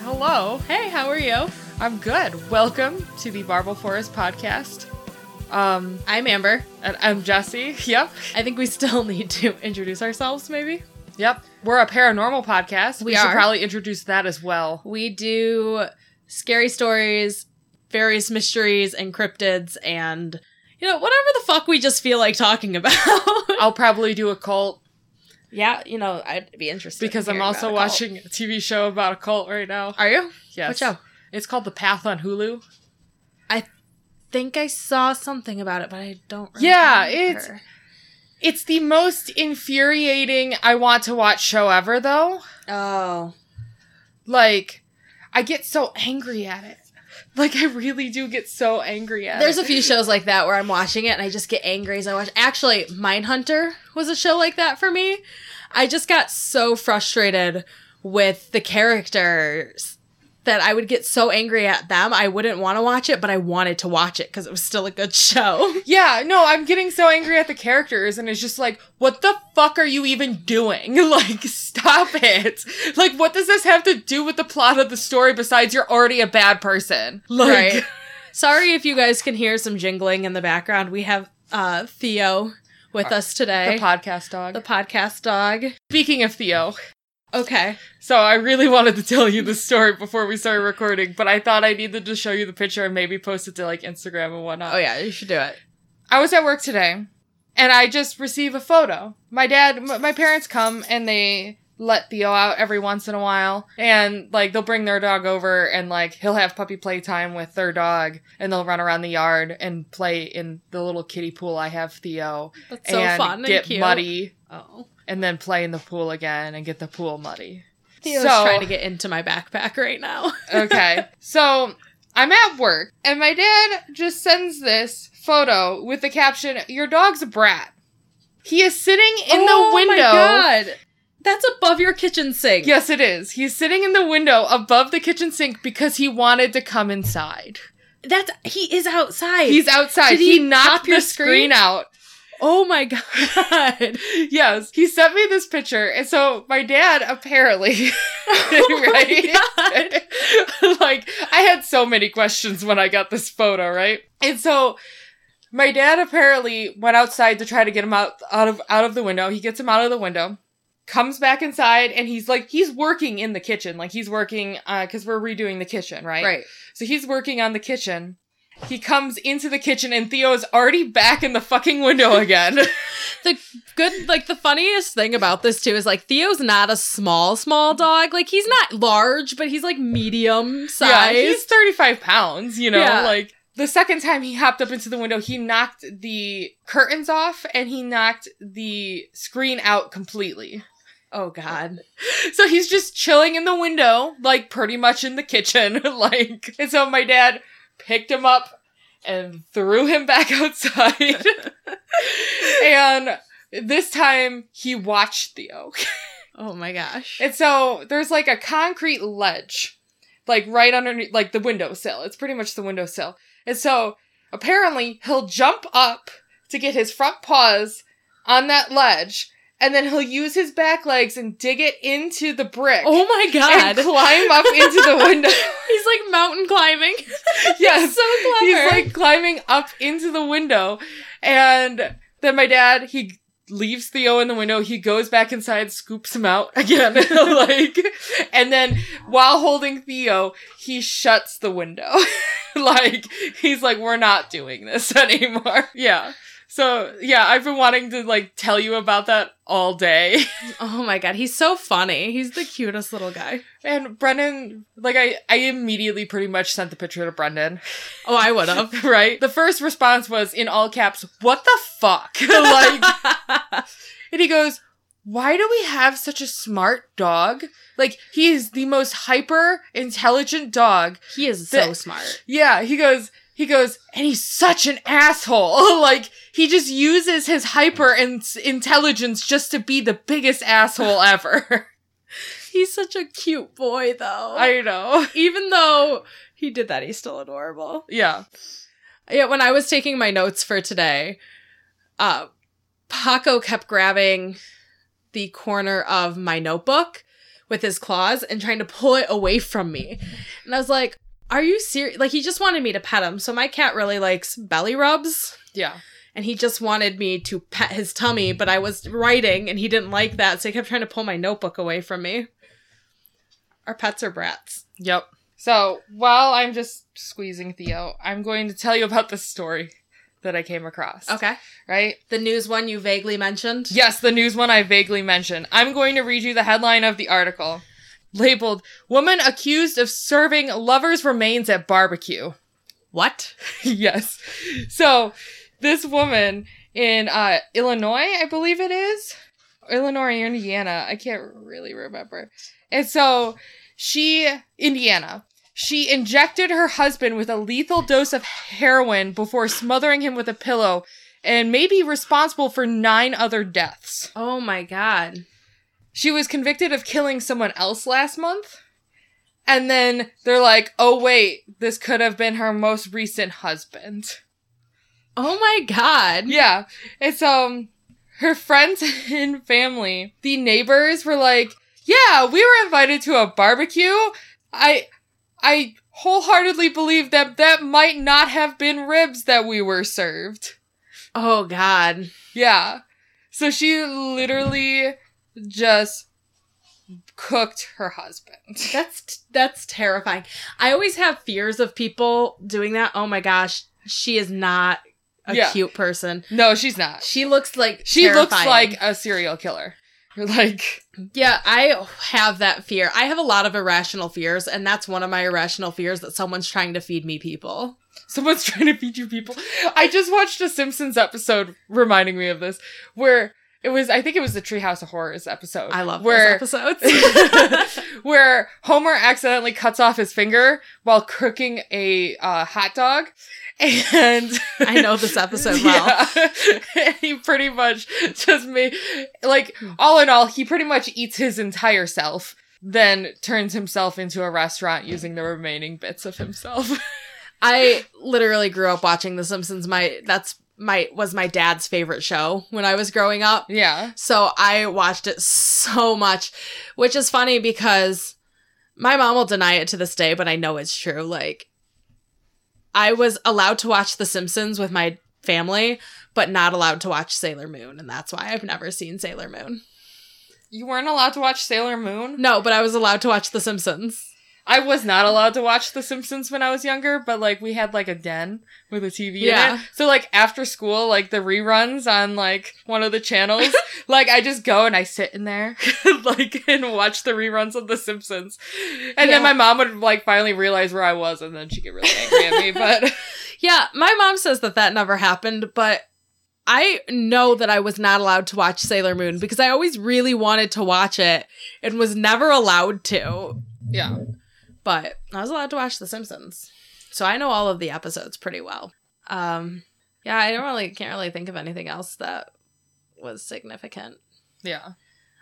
Hello. Hey, how are you? I'm good. Welcome to the Marble Forest podcast. Um, I'm Amber. and I'm Jesse. Yep. I think we still need to introduce ourselves, maybe. Yep. We're a paranormal podcast. We should are. probably introduce that as well. We do scary stories, various mysteries, and cryptids, and, you know, whatever the fuck we just feel like talking about. I'll probably do a cult yeah, you know, I'd be interested. in because I'm hearing also about Oh. a cult. watching a TV show about a cult right now. Are you? Yes. What show? It's called The Path on Hulu. think I saw something about it, but I don't remember. Yeah, it's- It's the most infuriating I want to watch show ever though. Oh. Like I get so angry at it. Like I really do get so angry at There's it. a few shows like that where I'm watching it and I just get angry as I watch. Actually, Mindhunter was a show like that for me. I just got so frustrated with the characters that I would get so angry at them. I wouldn't want to watch it, but I wanted to watch it because it was still a good show. Yeah, no, I'm getting so angry at the characters, and it's just like, what the fuck are you even doing? Like, stop it. Like, what does this have to do with the plot of the story besides you're already a bad person? Like, right. Sorry if you guys can hear some jingling in the background. We have uh, Theo with us the today, podcast dog. Uh, the podcast dog. Speaking of Theo, Okay. so I really wanted to tell you this story before we started recording, but I thought I needed to show you the picture and maybe post it to like Instagram and whatnot. Oh yeah, you should do it. I was at work today and I just receive a photo. My dad, m- my parents come and they let Theo out every once in a while and like they'll bring their dog over and like he'll have puppy playtime with their dog and they'll run around the yard and play in the little kiddie pool I have Theo That's so and fun get and cute. muddy Oh. and then play in the pool again and get the pool muddy. Theo's So- trying to get into my backpack right now. okay. So I'm at work and my dad just sends this photo with the caption, Your dog's a brat. He is sitting in Oh the window. That's above your kitchen sink. Yes, it is. He's sitting in the window above the kitchen sink because he wanted to come inside. That's he is outside. He's outside. Did he, he knocked pop your the screen screen? out. oh my god. Yes. He sent me this picture. And so my dad apparently right? Oh my God. like I had so many questions when I got this photo, right? And so my dad apparently went outside to try to get him out out of out of the window. He gets him out of the window, comes back inside, and he's like he's working in the kitchen, like he's working because we're redoing the kitchen, right? So he's working on the kitchen. He comes into the kitchen and Theo is already back in the fucking window again. The good like the funniest thing about this too is like Theo's not a small, small dog. Like he's not large, but he's like medium Yeah, size. he's 35 pounds, you know, Yeah. like the second time he hopped up into the window, he knocked the curtains off and he knocked the screen out completely. oh god. So he's just chilling in the window, like pretty much in the kitchen, like. And so my dad picked him up and threw him back outside. and this time he watched Theo. Oh my gosh. And so there's like a concrete ledge, like right underneath, like the windowsill. It's pretty much the windowsill. And so apparently he'll jump up to get his front paws on that ledge, and then he'll use his back legs and dig it into the brick. oh my And god. climb up into the window. he's like mountain climbing. yes. so clever. He's like climbing up into the window. And then my dad, he leaves Theo in the window. He goes back inside, scoops him out again. like, and then while holding Theo, he shuts the window. like, he's like, we're not doing this anymore. Yeah. So yeah, I've been wanting to like tell you about that all day. Oh my god, he's so funny. He's the cutest little guy. And Brendan, like I, I immediately pretty much sent the picture to Brendan. Oh, I would have. right? The first response was in all caps, "What the fuck?" like, and he goes, "Why do we have such a smart dog? Like, he is the most hyper intelligent dog." he is The- so smart. Yeah, he goes, he goes, and he's such an asshole. like, he just uses his hyper in- intelligence just to be the biggest asshole ever. He's such a cute boy, though. I know. Even though he did that, he's still adorable. Yeah. Yeah, when I was taking my notes for today, uh, Paco kept grabbing the corner of my notebook, with his claws and trying to pull it away from me. And I was like, are you serious? Like, he just wanted me to pet him. So my cat really likes belly rubs. Yeah. And he just wanted me to pet his tummy, but I was writing and he didn't like that. So he kept trying to pull my notebook away from me. Our pets are brats. Yep. So while I'm just squeezing Theo, I'm going to tell you about this story that I came across. Okay. Right? The news one you vaguely mentioned. Yes, the news one I vaguely mentioned. I'm going to read you the headline of the article labeled Woman Accused of Serving Lover's Remains at Barbecue. What? yes. So this woman in uh, Illinois, I believe it is, Illinois or Indiana, I can't really remember. And so she, Indiana, she injected her husband with a lethal dose of heroin before smothering him with a pillow and may be responsible for nine other deaths. Oh my god. She was convicted of killing someone else last month. And then they're like, oh, wait, this could have been her most recent husband. Oh my god. Yeah. It's um her friends and family, the neighbors were like, "Yeah, we were invited to a barbecue. I I wholeheartedly believe that that might not have been ribs that we were served." Oh god. Yeah. So she literally just cooked her husband. That's that's terrifying. I always have fears of people doing that. Oh my gosh, she is not a Yeah. cute person. No, she's not. She looks like She looks terrifying. like a serial killer. You're like Yeah, I have that fear. I have a lot of irrational fears and that's one of my irrational fears that someone's trying to feed me people. Someone's trying to feed you people. I just watched a Simpsons episode reminding me of this, where it was I think it was the Treehouse of Horrors episode. I love where those episodes. where Homer accidentally cuts off his finger while cooking a uh, hot dog, and I know this episode well. Yeah. and he pretty much just made like all in all, he pretty much eats his entire self. Then turns himself into a restaurant using the remaining bits of himself. I literally grew up watching The Simpsons. My that's my was my dad's favorite show when I was growing up. yeah. So I watched it so much, which is funny because my mom will deny it to this day, but I know it's true. Like I was allowed to watch The Simpsons with my family, but not allowed to watch Sailor Moon, and that's why I've never seen Sailor Moon. You weren't allowed to watch Sailor Moon? No, but I was allowed to watch The Simpsons. I was not allowed to watch The Simpsons when I was younger, but like we had like a den with a TV Yeah. in it. So like after school, like the reruns on like one of the channels, like I just go and I sit in there like and watch the reruns of The Simpsons. And Yeah. then my mom would like finally realize where I was and then she'd get really angry at me, but Yeah, my mom says that that never happened, but I know that I was not allowed to watch Sailor Moon because I always really wanted to watch it and was never allowed to. yeah. But I was allowed to watch The Simpsons. So I know all of the episodes pretty well. Um yeah, I don't really can't really think of anything else that was significant. Yeah.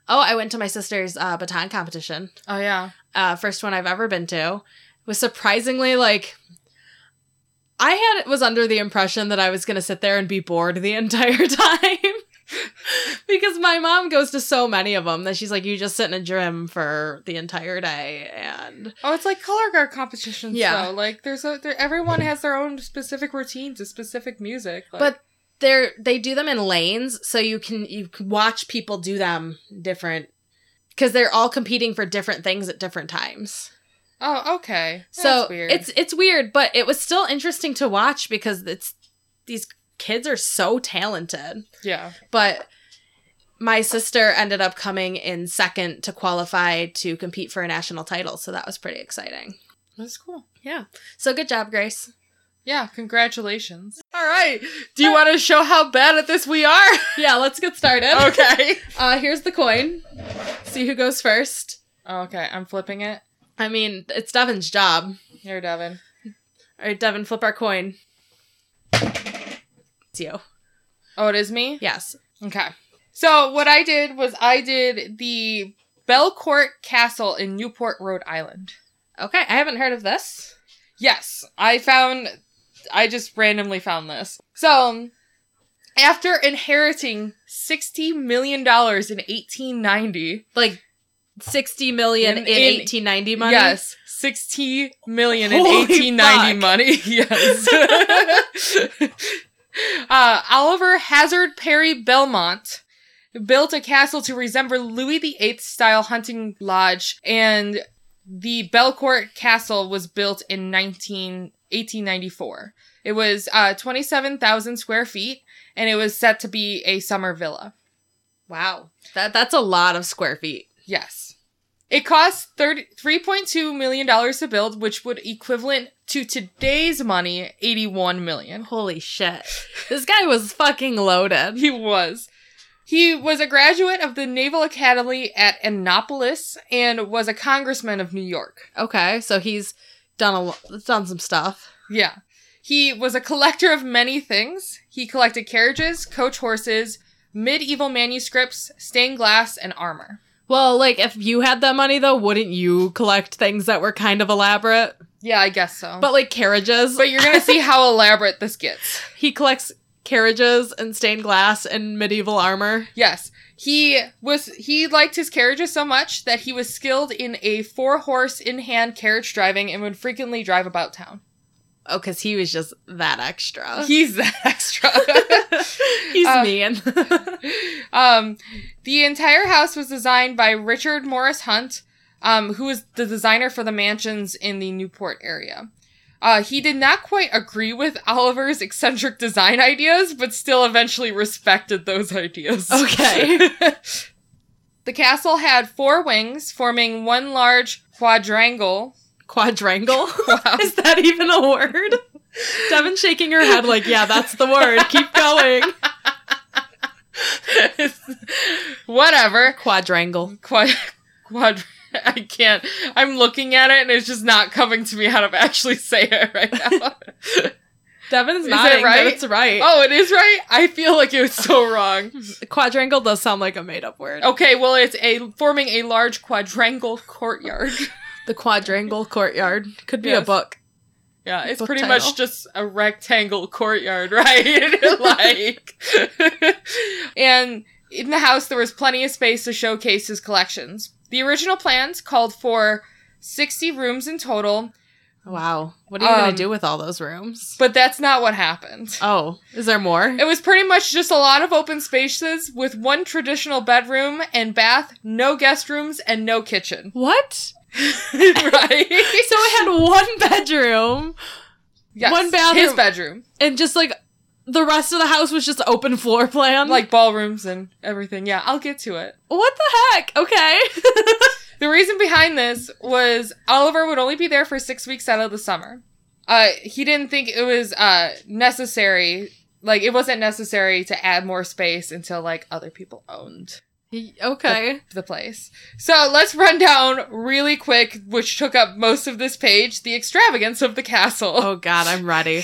Oh, I went to my sister's uh, baton competition Oh yeah. uh, first one I've ever been to, was surprisingly like I had was under the impression that I was gonna sit there and be bored the entire time. because my mom goes to so many of them that she's like, you just sit in a gym for the entire day and Oh, it's like color guard competitions Yeah. yeah. though. Like there's a there everyone has their own specific routine to specific music. Like, but they're they do them in lanes so you can you can watch people do them different because they're all competing for different things at different times. Oh, okay. So That's weird. it's it's weird, but it was still interesting to watch because it's these kids are so talented. yeah. But my sister ended up coming in second to qualify to compete for a national title, so that was pretty exciting. That's cool. So good job, Grace. Yeah, congratulations. All right. Do you want to show how bad at this we are? Yeah, let's get started. okay. Uh here's the coin. See who goes first. Oh, Okay, I'm flipping it. I mean, it's Devin's job. Here, Devin. All right, Devin, flip our coin. It's you. Oh, it is me? Yes. Okay. So, what I did was I did the Belcourt Castle in Newport, Rhode Island. Okay, I haven't heard of this. Yes, I found. I just randomly found this. So, after inheriting $60 million in 1890, Like 60 million In- in, in- 1890 money. Yes, sixty million in Holy eighteen ninety fuck. money. Yes. uh, Oliver Hazard Perry Belmont built a castle to resemble Louis VIII style hunting lodge, and the Belcourt Castle was built in 19, 1894. It was uh, twenty seven thousand square feet, and it was set to be a summer villa. Wow. That that's a lot of square feet. Yes. It cost 30, $3.2 million to build, which would equivalent to today's money, $81 million. Holy shit. This guy was fucking loaded. He was. He was a graduate of the Naval Academy at Annapolis and was a congressman of New York. Okay, so he's done a lo- done some stuff. Yeah. He was a collector of many things. He collected carriages, coach horses, medieval manuscripts, stained glass, and armor. Well, like if you had that money though, wouldn't you collect things that were kind of elaborate? Yeah, I guess so. But like carriages. but you're going to see how elaborate this gets. he collects carriages and stained glass and medieval armor. Yes. He was he liked his carriages so much that he was skilled in a four horse in hand carriage driving and would frequently drive about town. Oh, cuz he was just that extra. He's that extra. He's Uh, mean. um the entire house was designed by Richard Morris Hunt, um, who was the designer for the mansions in the Newport area. Uh, he did not quite agree with Oliver's eccentric design ideas, but still eventually respected those ideas. Okay. the castle had four wings, forming one large quadrangle. Quadrangle? Wow. Is that even a word? Devin shaking her head like, "Yeah, that's the word. Keep going." Whatever. Quadrangle. Quad. Quad. I can't. I'm looking at it and it's just not coming to me how to actually say it right now. Devin's Is nodding. it right? That it's right. oh, it is right? I feel like it was so wrong. Quadrangle does sound like a made-up word. Okay, well, it's a forming a large quadrangle courtyard. The Quadrangle Courtyard could be a Yes. book. Yeah, it's Book pretty title. much just a rectangle courtyard, right? like, and in the house there was plenty of space to showcase his collections. The original plans called for 60 rooms in total, Wow. What are you going Um, to do with all those rooms? but that's not what happened. Oh, is there more? It was pretty much just a lot of open spaces with one traditional bedroom and bath, no guest rooms, and no kitchen. What? right? So it had one bedroom Yes, One bathroom. His bedroom. and just like the rest of the house was just open floor plan. Like ballrooms and everything. Yeah, I'll get to it. what the heck? Okay. The reason behind this was Oliver would only be there for six weeks out of the summer. Uh, he didn't think it was uh, necessary, like it wasn't necessary to add more space until like other people owned Y- okay. the place. So let's run down really quick, which took up most of this page, the extravagance of the castle. Oh god, I'm ready.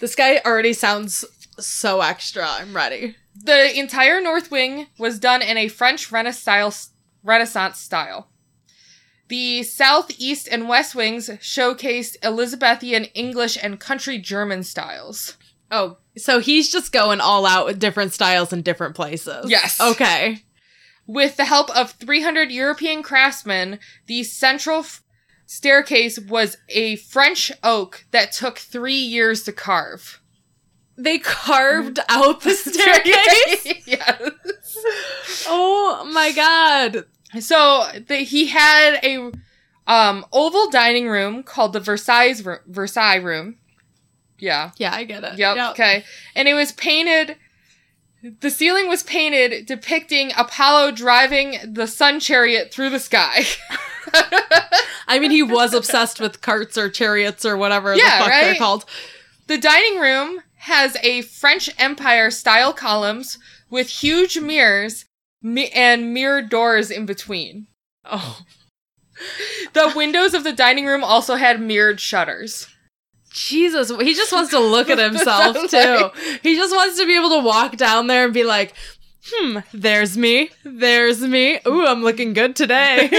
This guy already sounds so extra. I'm ready. The entire north wing was done in a French Renaissance Renaissance style. The south, east, and west wings showcased Elizabethan English and country German styles. Oh, so he's just going all out with different styles in different places. Yes. Okay. With the help of 300 European craftsmen, the central f- staircase was a French oak that took three years to carve. They carved Mm-hmm. out the staircase. yes. Oh my god. So the, he had a um, oval dining room called the Versailles room, Versailles room. Yeah. Yeah, I get it. Yep. Yep. Okay. And it was painted. The ceiling was painted depicting Apollo driving the sun chariot through the sky. I mean, he was obsessed with carts or chariots or whatever Yeah, the fuck they're right? called. the dining room has a French Empire style columns with huge mirrors mi- and mirror doors in between. Oh, The windows of the dining room also had mirrored shutters. Jesus. He just wants to look at himself, Like- too. He just wants to be able to walk down there and be like, hmm, there's me. There's me. Ooh, I'm looking good today.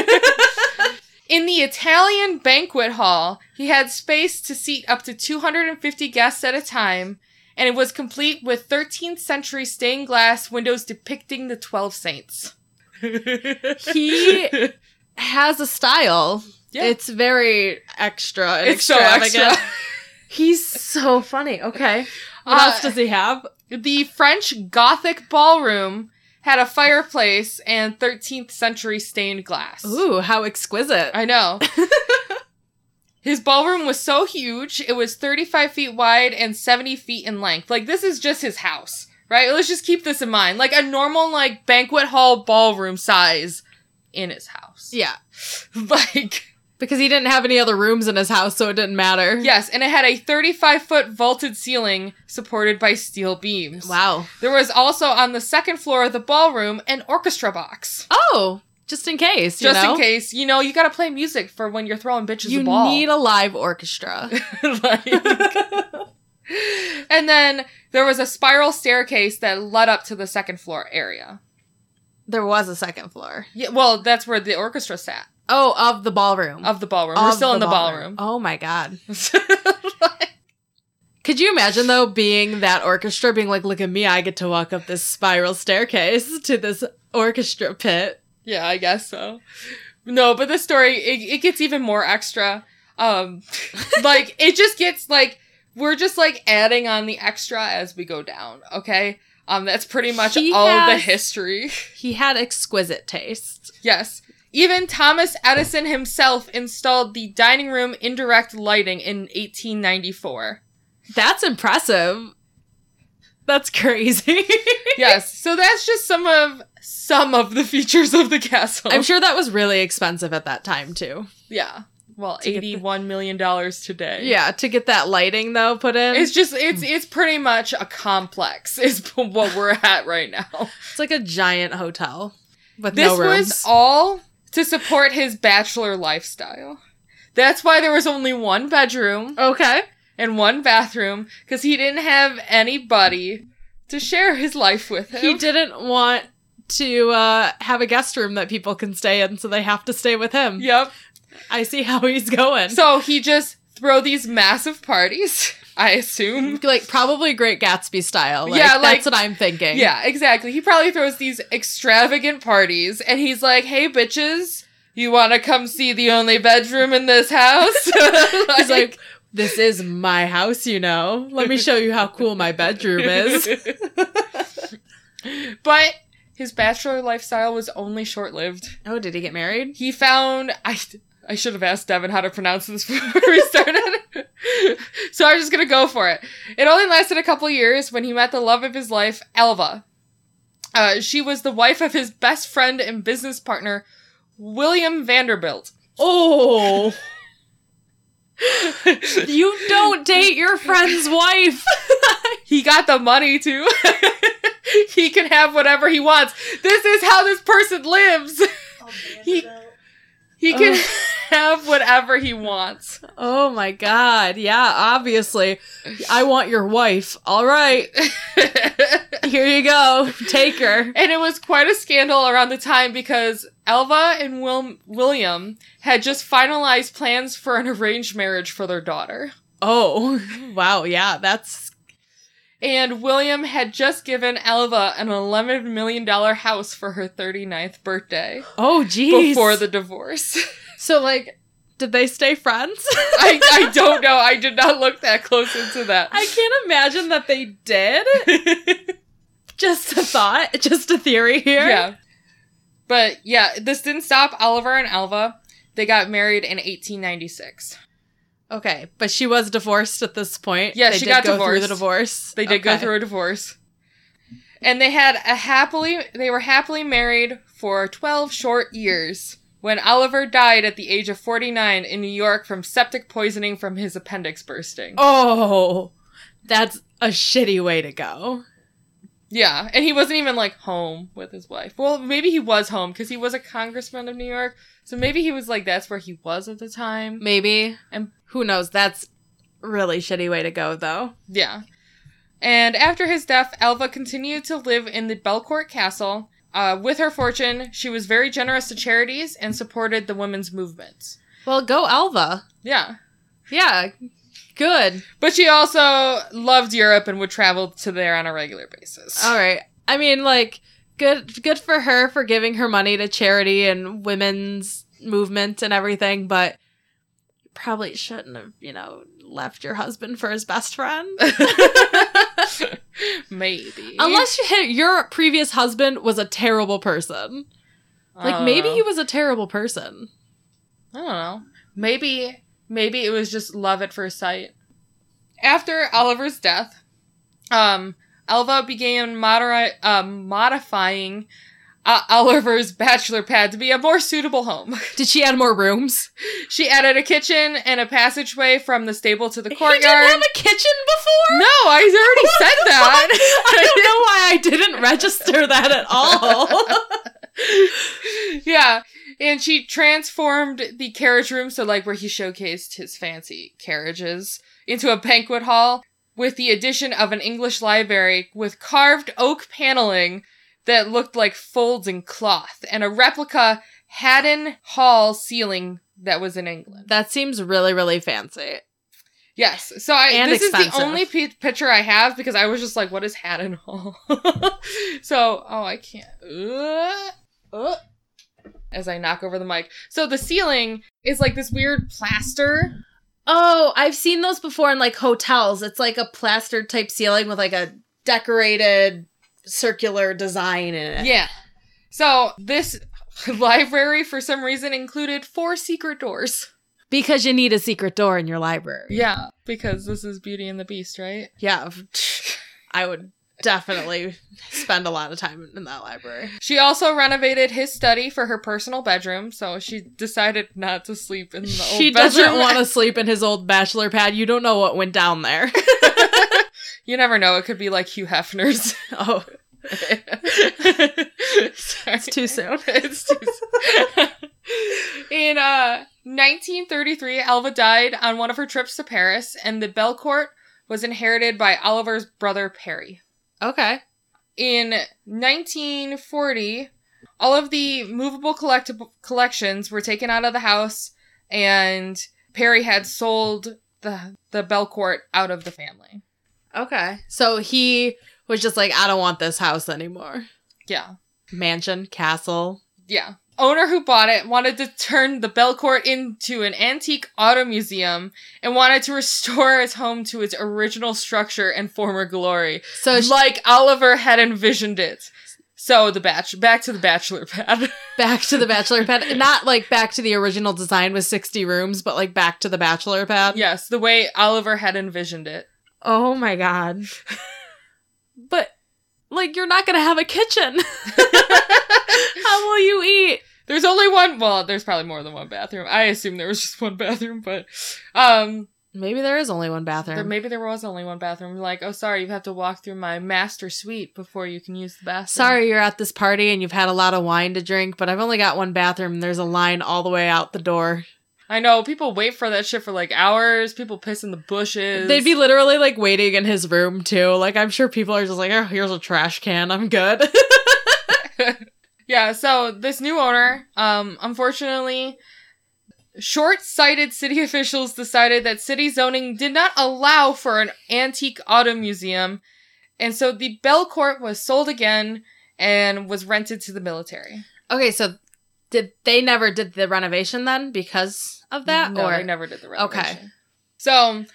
In the Italian banquet hall, he had space to seat up to 250 guests at a time, and it was complete with 13th century stained glass windows depicting the 12 saints. He has a style. Yeah. It's very extra. And It's so extravagant. extra. He's so funny. Okay. What Uh, else does he have? The French Gothic ballroom had a fireplace and 13th century stained glass. Ooh, how exquisite. I know. His ballroom was so huge, it was 35 feet wide and 70 feet in length. Like, this is just his house, right? Let's just keep this in mind. Like, a normal, like, banquet hall ballroom size in his house. yeah. Like, Because he didn't have any other rooms in his house, so it didn't matter. yes, and it had a 35 foot vaulted ceiling supported by steel beams. Wow. There was also on the second floor of the ballroom an orchestra box. Oh, just in case. You Just know? in case, you know, you gotta play music for when you're throwing bitches You a ball. need a live orchestra. like, and then there was a spiral staircase that led up to the second floor area. there was a second floor. Yeah, well, that's where the orchestra sat Oh, of the ballroom. of the ballroom. We're Of still in the ballroom. Oh my god. Could you imagine though being that orchestra being like, look at me, I get to walk up this spiral staircase to this orchestra pit. yeah, I guess so. No, but this story it, it gets even more extra. Um, like it just gets like we're just like adding on the extra as we go down. Okay, um, that's pretty much He all of the has- history. He had exquisite taste. Yes. Even Thomas Edison himself installed the dining room indirect lighting in 1894. That's impressive. That's crazy. yes. So that's just some of some of the features of the castle. I'm sure that was really expensive at that time too. yeah. Well, To get the- 81 million dollars today. Yeah, to get that lighting though put in. It's just it's it's pretty much a complex is what we're at right now. It's like a giant hotel with This no rooms. was all to support his bachelor lifestyle. That's why there was only one bedroom. okay. and one bathroom because he didn't have anybody to share his life with him. He didn't want to uh, have a guest room that people can stay in, so they have to stay with him. Yep. I see how he's going. So he just throw these massive parties. I assume. like probably Great Gatsby style. Like, Yeah, like- that's what I'm thinking. Yeah, exactly. He probably throws these extravagant parties, and he's like, "Hey, bitches." You want to come see the only bedroom in this house? he's like, this is my house, you know. Let me show you how cool my bedroom is. but his bachelor lifestyle was only short lived. Oh, did he get married? He found I I should have asked Devin how to pronounce this before we started. so I'm just gonna go for it. It only lasted a couple years when he met the love of his life, Elva. Uh, she was the wife of his best friend and business partner, William Vanderbilt. Oh. you don't date your friend's wife. He got the money too. he can have whatever he wants. This is how this person lives. He- He can Ugh. have whatever he wants. oh my god. Yeah, obviously. I want your wife. All right. Here you go. Take her. And it was quite a scandal around the time because Elva and Wil- William had just finalized plans for an arranged marriage for their daughter. Oh, wow. Yeah, that's And William had just given Elva an $11 million house for her 39th birthday Oh, geez. before the divorce. So like did they stay friends? I, I don't know. I did not look that close into that. I can't imagine that they did. just a thought, just a theory here. Yeah. But yeah, this didn't stop Oliver and Elva. They got married in 1896. Okay, but she was divorced at this point. Yeah, they she did got go through the divorced. divorce. They did go Okay. through a divorce. And they had a happily they were happily married for 12 short years when Oliver died at the age of 49 in New York from septic poisoning from his appendix bursting. Oh, that's a shitty way to go. Yeah, and he wasn't even like home with his wife. Well, maybe he was home cuz he was a congressman of New York. So maybe he was like that's where he was at the time. Maybe. And- who knows? That's really shitty way to go though. Yeah. And after his death, Elva continued to live in the Belcourt Castle. Uh, with her fortune, she was very generous to charities and supported the women's movements. Well, go Alva. Yeah. Yeah. Good. But she also loved Europe and would travel to there on a regular basis. All right. I mean, like, good good for her for giving her money to charity and women's movement and everything, but you probably shouldn't have, you know, left your husband for his best friend. maybe. Unless you hit your previous husband was a terrible person. Like I don't maybe know. he was a terrible person. I don't know. Maybe maybe it was just love at first sight. After Oliver's death, um, Elva began moderi- uh, modifying uh, Oliver's bachelor pad to be a more suitable home. Did she add more rooms? she added a kitchen and a passageway from the stable to the He didn't have courtyard. a kitchen before. No, I already said that. I don't know why I didn't register that at all. yeah. And she transformed the carriage room, so like where he showcased his fancy carriages, into a banquet hall with the addition of an English library with carved oak paneling that looked like folds in cloth and a replica Haddon Hall ceiling that was in England. that seems really really fancy. Yes. So I And this is expensive. the only pi picture I have because I was just like what is Haddon Hall? so, oh, I can't. Ugh. Ugh. as I knock over the mic. So the ceiling is like this weird plaster. Oh, I've seen those before in like hotels. It's like a plastered type ceiling with like a decorated circular design in it. Yeah. So this library for some reason included four secret doors. Because you need a secret door in your library. Yeah, because this is Beauty and the Beast, right? Yeah. I would definitely spend a lot of time in that library. She also renovated his study for her personal bedroom, so she decided not to sleep in the old She doesn't bedroom. want to sleep in his old bachelor pad. You don't know what went down there. You never know, it could be like Hugh Hefner's. oh, Sorry. it's too soon. It's too soon. In uh, 1933, Alva died on one of her trips to Paris, and the Bellecourt was inherited by Oliver's brother Perry. Okay. In 1940, all of the movable collectible collections were taken out of the house, and Perry had sold the the Bellecourt out of the family. Okay. So he was just like, I don't want this house anymore. Yeah. Mansion, castle. yeah. Owner who bought it wanted to turn the Belcourt into an antique auto museum and wanted to restore his home to its original structure and former glory, So she- like Oliver had envisioned it. So the batch back to the bachelor pad. back to the bachelor pad not like back to the original design with 60 rooms but like back to the bachelor pad yes, the way Oliver had envisioned it. oh my god but like you're not gonna have a kitchen how will you eat There's only one. Well, there's probably more than one bathroom. I assume there was just one bathroom, but um, maybe there is only one there, bathroom maybe there was only one bathroom. Like, oh, sorry, you have to walk through my master suite before you can use the bathroom. sorry you're at this party and you've had a lot of wine to drink but i've only got one bathroom and there's a line all the way out the door I know people wait for that shit for like hours. People piss in the bushes. they'd be literally like waiting in his room too like i'm sure people are just like oh here's a trash can i'm good yeah. So this new owner, um, unfortunately, short-sighted city officials decided that city zoning did not allow for an antique auto museum, and so the Belcourt was sold again and was rented to the military. Okay, so did they never did the renovation then because of that? no, or they never did the Okay. renovation. So,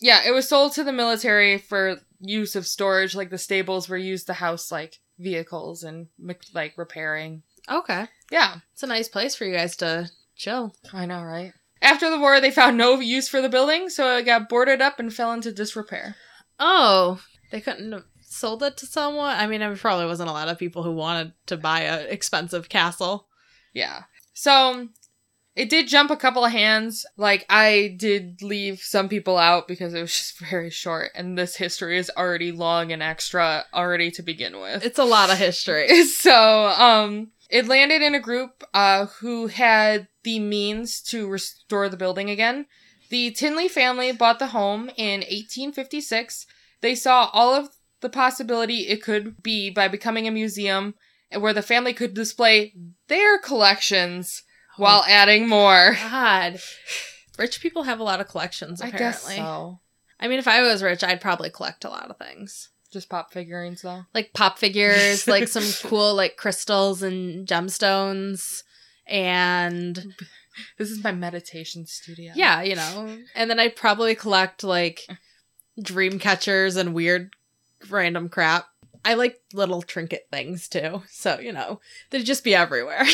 yeah, it was sold to the military for use of storage. Like the stables were used to house like vehicles and me- like repairing. okay, Yeah, it's a nice place for you guys to chill. I know, right? After the war, they found no use for the building, so it got boarded up and fell into disrepair. Oh, they couldn't have sold it to someone. I mean, there probably wasn't a lot of people who wanted to buy an expensive castle. Yeah. So it did jump a couple of hands. Like I did leave some people out because it was just very short, and this history is already long and extra already to begin with. It's a lot of history. so um it landed in a group uh who had the means to restore the building again the tinley family bought the home in 1856 they saw all of the possibility it could be by becoming a museum where the family could display their collections while adding more Oh God, rich people have a lot of collections. Apparently, i guess so I mean, if I was rich, I'd probably collect a lot of things. Just pop figurines though. like pop figures, like some cool like crystals and gemstones and This is my meditation studio. yeah, you know. And then I'd probably collect like dream catchers and weird random crap. I like little trinket things too. So, you know, they'd just be everywhere.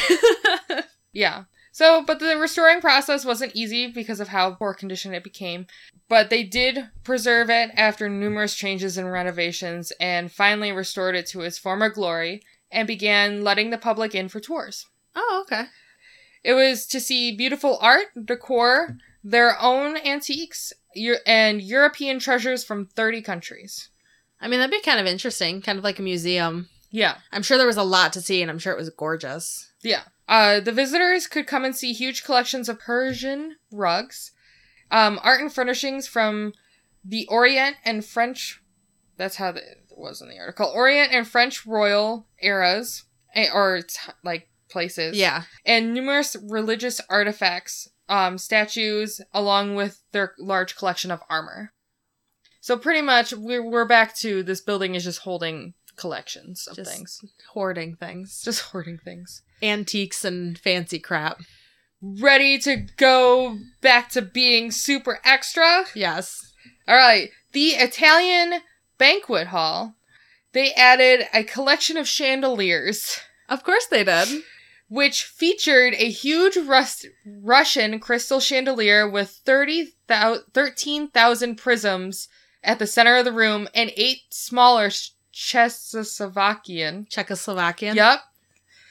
Yeah. So, but the restoring process wasn't easy because of how poor condition it became. But they did preserve it after numerous changes and renovations and finally restored it to its former glory and began letting the public in for tours. oh, okay. It was to see beautiful art, decor, their own antiques, Eu- and European treasures from 30 countries. I mean, that'd be kind of interesting, kind of like a museum. Yeah. I'm sure there was a lot to see and I'm sure it was gorgeous. Yeah. Uh, the visitors could come and see huge collections of Persian rugs, um, art and furnishings from the Orient and French. That's how the- it was in the article. Orient and French royal eras, eh, or t- like places. Yeah. And numerous religious artifacts, um, statues, along with their large collection of armor. So pretty much, we're, we're back to this building is just holding collections of Just- things, Hoarding things. just hoarding things Antiques and fancy crap. ready to go back to being super extra. Yes. All right, the Italian banquet hall. They added a collection of chandeliers, Of course they did. which featured a huge Rus- Russian crystal chandelier with 30, 13,000 prisms at the center of the room and eight smaller Sh- Czechoslovakian. Czechoslovakian. Yep,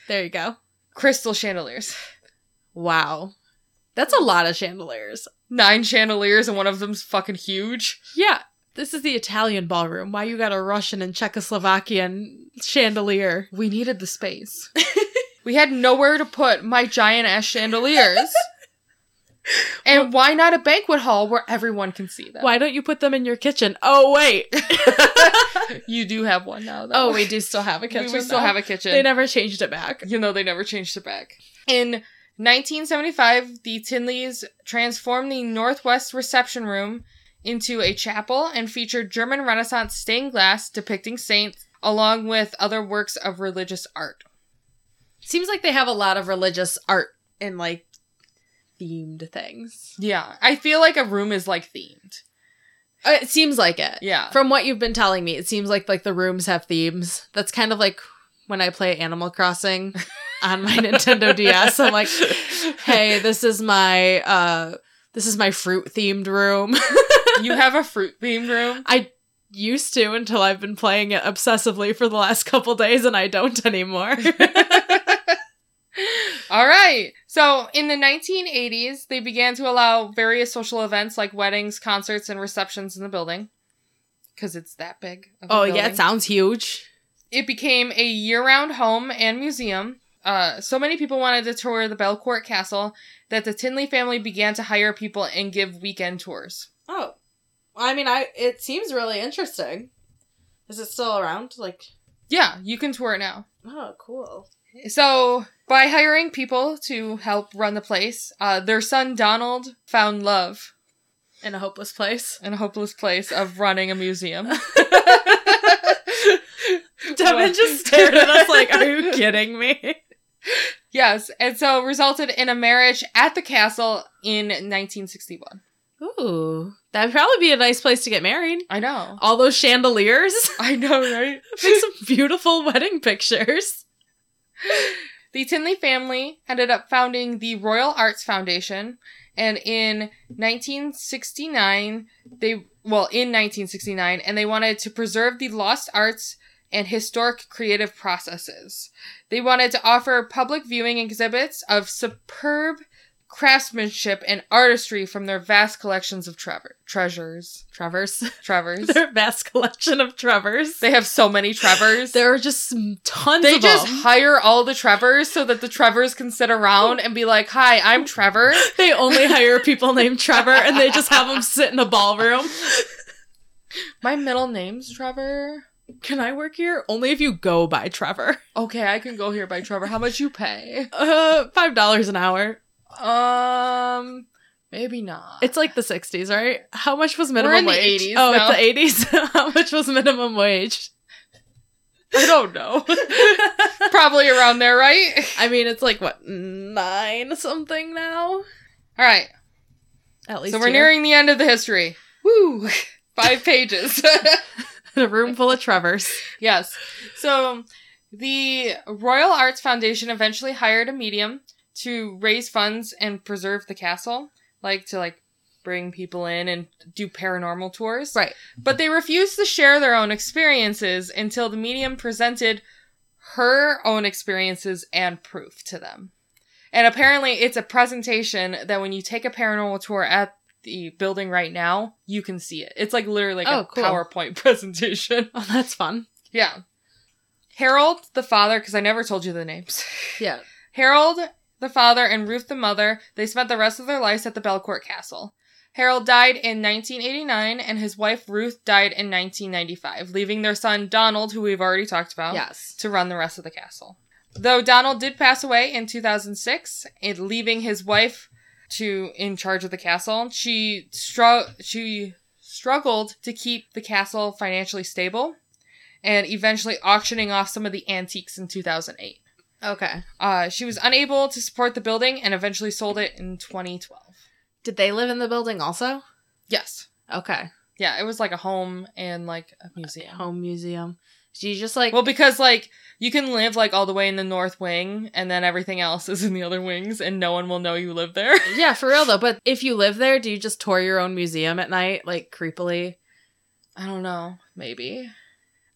There you go. crystal chandeliers. Wow. That's a lot of chandeliers. Nine chandeliers, and one of them's fucking huge. Yeah. This is the Italian ballroom. Why you got a Russian and Czechoslovakian chandelier? We needed the space. we had nowhere to put my giant ass chandeliers. and why not a banquet hall where everyone can see them? Why don't you put them in your kitchen? Oh wait. You do have one now, though. oh, we do still have a We- kitchen. We, still though. have a kitchen. They never changed it back. you know, they never changed it back. In 1975, the Tinleys transformed the Northwest reception room into a chapel and featured German Renaissance stained glass depicting saints along with other works of religious art. Seems like they have a lot of religious art and like themed things. Yeah, I feel like a room is like themed. Uh, it seems like it. Yeah. From what you've been telling me, it seems like like the rooms have themes. That's kind of like when I play Animal Crossing on my Nintendo DS. I'm like, hey, this is my uh this is my fruit themed room. you have a fruit themed room. I used to until I've been playing it obsessively for the last couple days and I don't anymore. All right. So in the 1980s, they began to allow various social events like weddings, concerts, and receptions in the building because it's that big. Of a oh building. yeah, it sounds huge. it became a year-round home and museum. Uh, so many people wanted to tour the Belcourt Castle that the Tinley family began to hire people and give weekend tours. Oh. I mean, I it seems really interesting. Is it still around? Like, Yeah, you can tour it now. oh, cool. So, by hiring people to help run the place, uh, their son Donald found love In a hopeless place. in a hopeless place of running a museum. Devin just stared at us like, are you kidding me? yes, and so resulted in a marriage at the castle in 1961. Ooh, that'd probably be a nice place to get married. I know. All those chandeliers. I know, right? Make some beautiful wedding pictures. The Tinley family ended up founding the Royal Arts Foundation, and in 1969, they well, in 1969, and they wanted to preserve the lost arts and historic creative processes. They wanted to offer public viewing exhibits of superb craftsmanship and artistry from their vast collections of trever- treasures. Trevor's. Trevors. Their vast collection of Trevors. they have so many Trevors. There are just tons They of just them. hire all the Trevors so that the Trevors can sit around and be like, "Hi, I'm Trevor." They only hire people named Trevor and they just have them sit in a ballroom. My middle name's Trevor. Can I work here? Only if you go by Trevor. Okay, I can go here by Trevor. How much you pay? Uh, $5 an hour. Um, Maybe not. It's like the 60s, right? How much was We're minimum in the wage? 80s oh, now. it's the 80s. How much was minimum wage? I don't know. Probably around there, right? I mean, it's like what nine something now. All right. At least So we're here. nearing the end of the history. Woo! Five pages. a room full of Trevors. yes. So the Royal Arts Foundation eventually hired a medium to raise funds and preserve the castle, like to like bring people in and do paranormal tours. Right. But they refused to share their own experiences until the medium presented her own experiences and proof to them. And apparently, it's a presentation that when you take a paranormal tour at the building right now, you can see it. It's like literally like Oh, a cool. PowerPoint presentation. Oh, that's fun. yeah. Harold the father, because I never told you the names. Yeah. Harold the father and Ruth the mother, they spent the rest of their lives at the Belcourt Castle. Harold died in 1989 and his wife Ruth died in 1995, leaving their son Donald, who we've already talked about, Yes. to run the rest of the castle. Though Donald did pass away in 2006, and leaving his wife to in charge of the castle, she stru- she struggled to keep the castle financially stable and eventually auctioning off some of the antiques in 2008. Okay. Uh, she was unable to support the building and eventually sold it in 2012. Did they live in the building also? Yes. Okay. Yeah, it was like a home and like a museum. Home museum. So you just like Well, because like you can live like all the way in the north wing and then everything else is in the other wings and no one will know you live there. yeah, for real though. But if you live there, do you just tour your own museum at night, like creepily? I don't know. Maybe.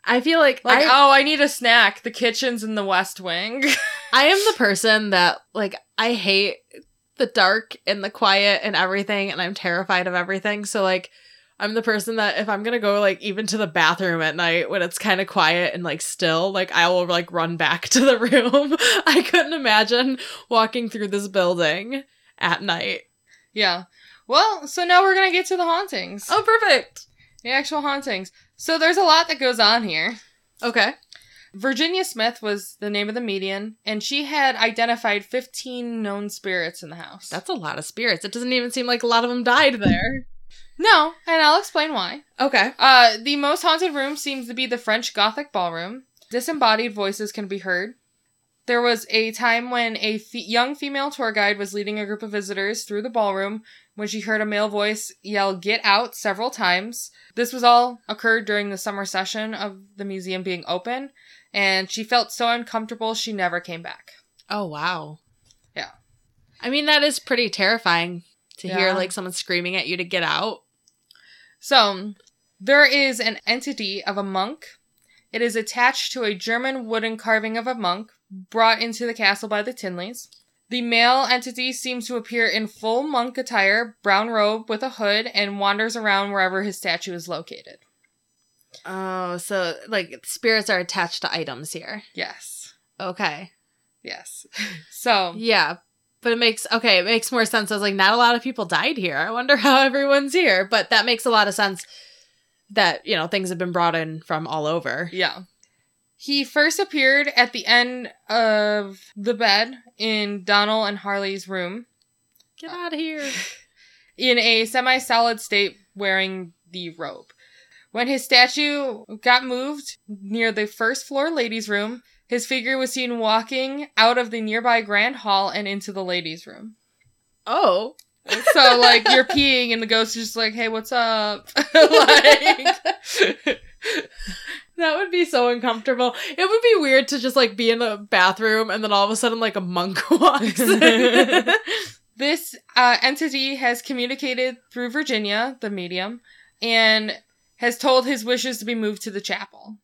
I feel like, Like, I, oh, I need a snack. The kitchen's in the west wing. I am the person that like I hate the dark and the quiet and everything and I'm terrified of everything. So like I'm the person that if I'm going to go like even to the bathroom at night when it's kind of quiet and like still, like I will like run back to the room. I couldn't imagine walking through this building at night. yeah. Well, so now we're going to get to the hauntings. Oh, perfect. The actual hauntings. So there's a lot that goes on here. Okay. Virginia Smith was the name of the median, and she had identified 15 known spirits in the house. That's a lot of spirits. It doesn't even seem like a lot of them died there. no, and I'll explain why. Okay. Uh, the most haunted room seems to be the French Gothic ballroom. Disembodied voices can be heard. There was a time when a fe- young female tour guide was leading a group of visitors through the ballroom when she heard a male voice yell "Get out!" several times. This was all occurred during the summer session of the museum being open, and she felt so uncomfortable she never came back. Oh wow. Yeah. I mean that is pretty terrifying to hear Yeah. like someone screaming at you to get out. So, there is an entity of a monk. It is attached to a German wooden carving of a monk brought into the castle by the Tinleys. The male entity seems to appear in full monk attire, brown robe with a hood, and wanders around wherever his statue is located. Oh, so like spirits are attached to items here. Yes. Okay. Yes. So, Yeah. But it makes okay, it makes more sense. I was like, not a lot of people died here. I wonder how everyone's here. But that makes a lot of sense that, you know, things have been brought in from all over. Yeah. He first appeared at the end of the bed in Donald and Harley's room. Get out of here. in a semi solid state wearing the robe. When his statue got moved near the first floor ladies' room, his figure was seen walking out of the nearby grand hall and into the ladies' room. Oh. So, like, you're peeing, and the ghost is just like, hey, what's up? like, That would be so uncomfortable. It would be weird to just like be in a bathroom and then all of a sudden like a monk walks in. this uh, entity has communicated through Virginia, the medium, and has told his wishes to be moved to the chapel.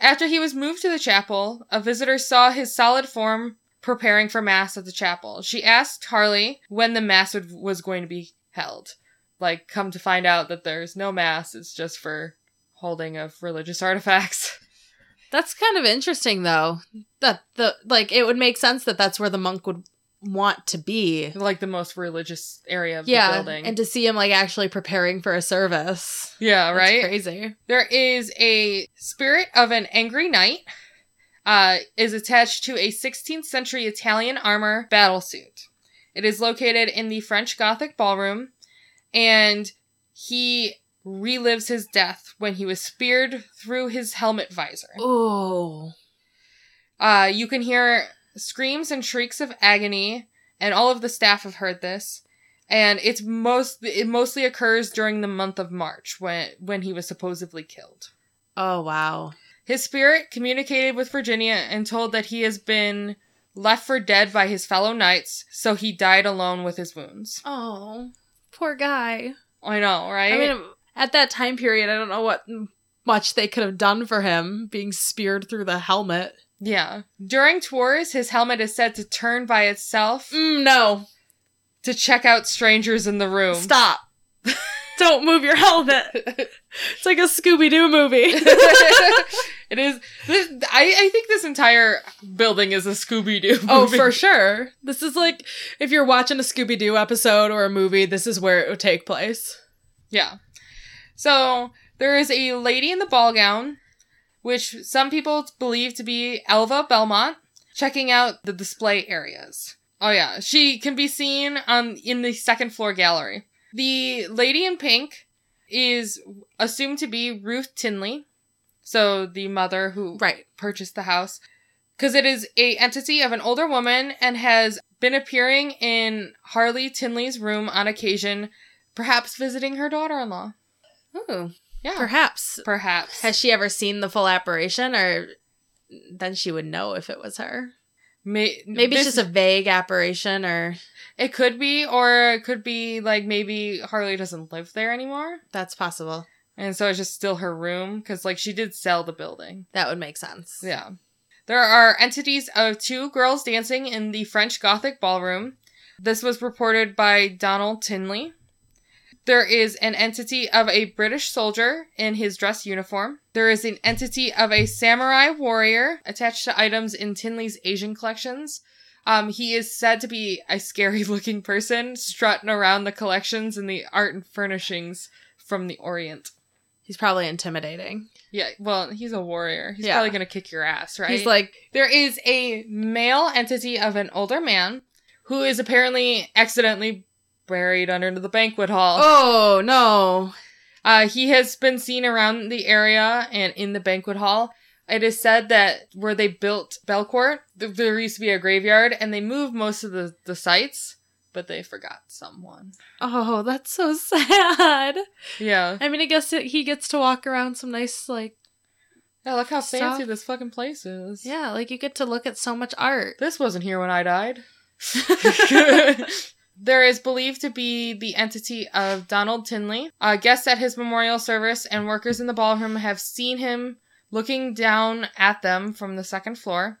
After he was moved to the chapel, a visitor saw his solid form preparing for mass at the chapel. She asked Harley when the mass would, was going to be held. Like, come to find out that there's no mass, it's just for holding of religious artifacts. That's kind of interesting, though. That the like it would make sense that that's where the monk would want to be. like the most religious area of Yeah, the building. and to see him like actually preparing for a service. yeah, That's right? crazy. There is a spirit of an angry knight uh, is attached to a 16th century Italian armor battlesuit. It is located in the French Gothic ballroom, and he relives his death when he was speared through his helmet visor. Oh. Uh, you can hear screams and shrieks of agony, and all of the staff have heard this. And it's most it mostly occurs during the month of March when when he was supposedly killed. Oh, wow. His spirit communicated with Virginia and told that he has been left for dead by his fellow knights, so he died alone with his wounds. Oh, poor guy. I know, right? I mean, at that time period, I don't know what much they could have done for him being speared through the helmet. yeah. During tours, his helmet is said to turn by itself Mm, no. to check out strangers in the room. Stop. don't move your helmet. It's like a Scooby Doo movie. it is. This, I, I think this entire building is a Scooby Doo. oh, for sure. This is like if you're watching a Scooby Doo episode or a movie, this is where it would take place. Yeah. So there is a lady in the ball gown, which some people believe to be Elva Belmont, checking out the display areas. Oh yeah, she can be seen on in the second floor gallery. The lady in pink is assumed to be Ruth Tinley, so the mother who Right. purchased the house because it is a entity of an older woman and has been appearing in Harley Tinley's room on occasion, perhaps visiting her daughter-in-law. Ooh. Yeah, Perhaps. perhaps. Has she ever seen the full apparition or then she would know if it was her. May- Maybe this- it's just a vague apparition or It could be, or it could be like maybe Harley doesn't live there anymore, that's possible. and so it's just still her room because like she did sell the building. That would make sense. Yeah. There are entities of two girls dancing in the French Gothic ballroom. This was reported by Donald Tinley. There is an entity of a British soldier in his dress uniform. There is an entity of a samurai warrior attached to items in Tinley's Asian collections. Um, he is said to be a scary looking person strutting around the collections and the art and furnishings from the Orient. He's probably intimidating. Yeah, well, he's a warrior. He's Yeah. probably going to kick your ass, right? He's like, There is a male entity of an older man who is apparently accidentally buried under the banquet hall. oh no. Uh, he has been seen around the area and in the banquet hall. It is said that where they built Belcourt, th- there used to be a graveyard, and they moved most of the, the sites, but they forgot someone. Oh, that's so sad. Yeah. I mean, I guess it, he gets to walk around some nice, like, Yeah, look how Stuff. fancy this fucking place is. yeah, like you get to look at so much art. This wasn't here when I died. there is believed to be the entity of Donald Tinley. Uh, guests at his memorial service and workers in the ballroom have seen him looking down at them from the second floor.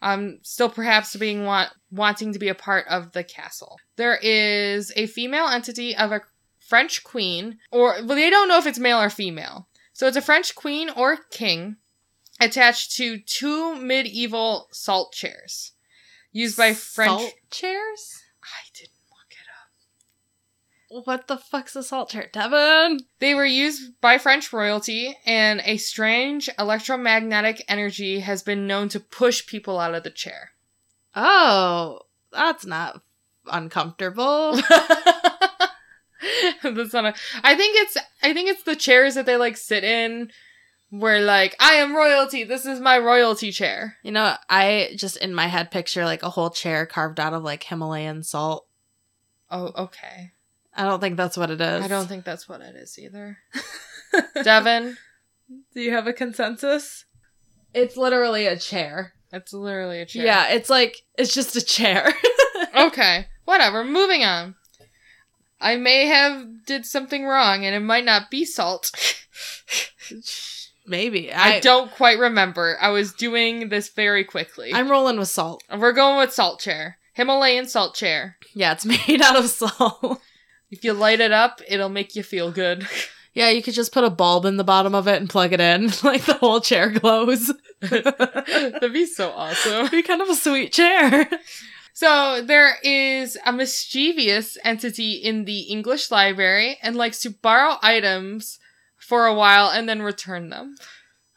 Um, still perhaps being want- wanting to be a part of the castle. There is a female entity of a French queen, or well, they don't know if it's male or female. So it's a French queen or king attached to two medieval salt chairs used by French. Salt chairs? I didn't look it up. What the fuck's a salt chair, Devin? They were used by French royalty, and a strange electromagnetic energy has been known to push people out of the chair. Oh, that's not uncomfortable. That's not a. I think it's. I think it's the chairs that they like sit in, where like I am royalty. This is my royalty chair. you know, I just in my head picture like a whole chair carved out of like Himalayan salt. Oh, okay. I don't think that's what it is. I don't think that's what it is either. Devin, Do you have a consensus? It's literally a chair. it's literally a chair. Yeah, it's like it's just a chair. okay, whatever. Moving on. I may have did something wrong, and it might not be salt. Maybe I, I, don't quite remember. I was doing this very quickly. I'm rolling with salt. And We're going with salt chair, Himalayan salt chair. Yeah, it's made out of salt. If you light it up, it'll make you feel good. yeah, you could just put a bulb in the bottom of it and plug it in. Like the whole chair glows. That'd be so awesome. be kind of a sweet chair. So there is a mischievous entity in the English library and likes to borrow items for a while and then return them.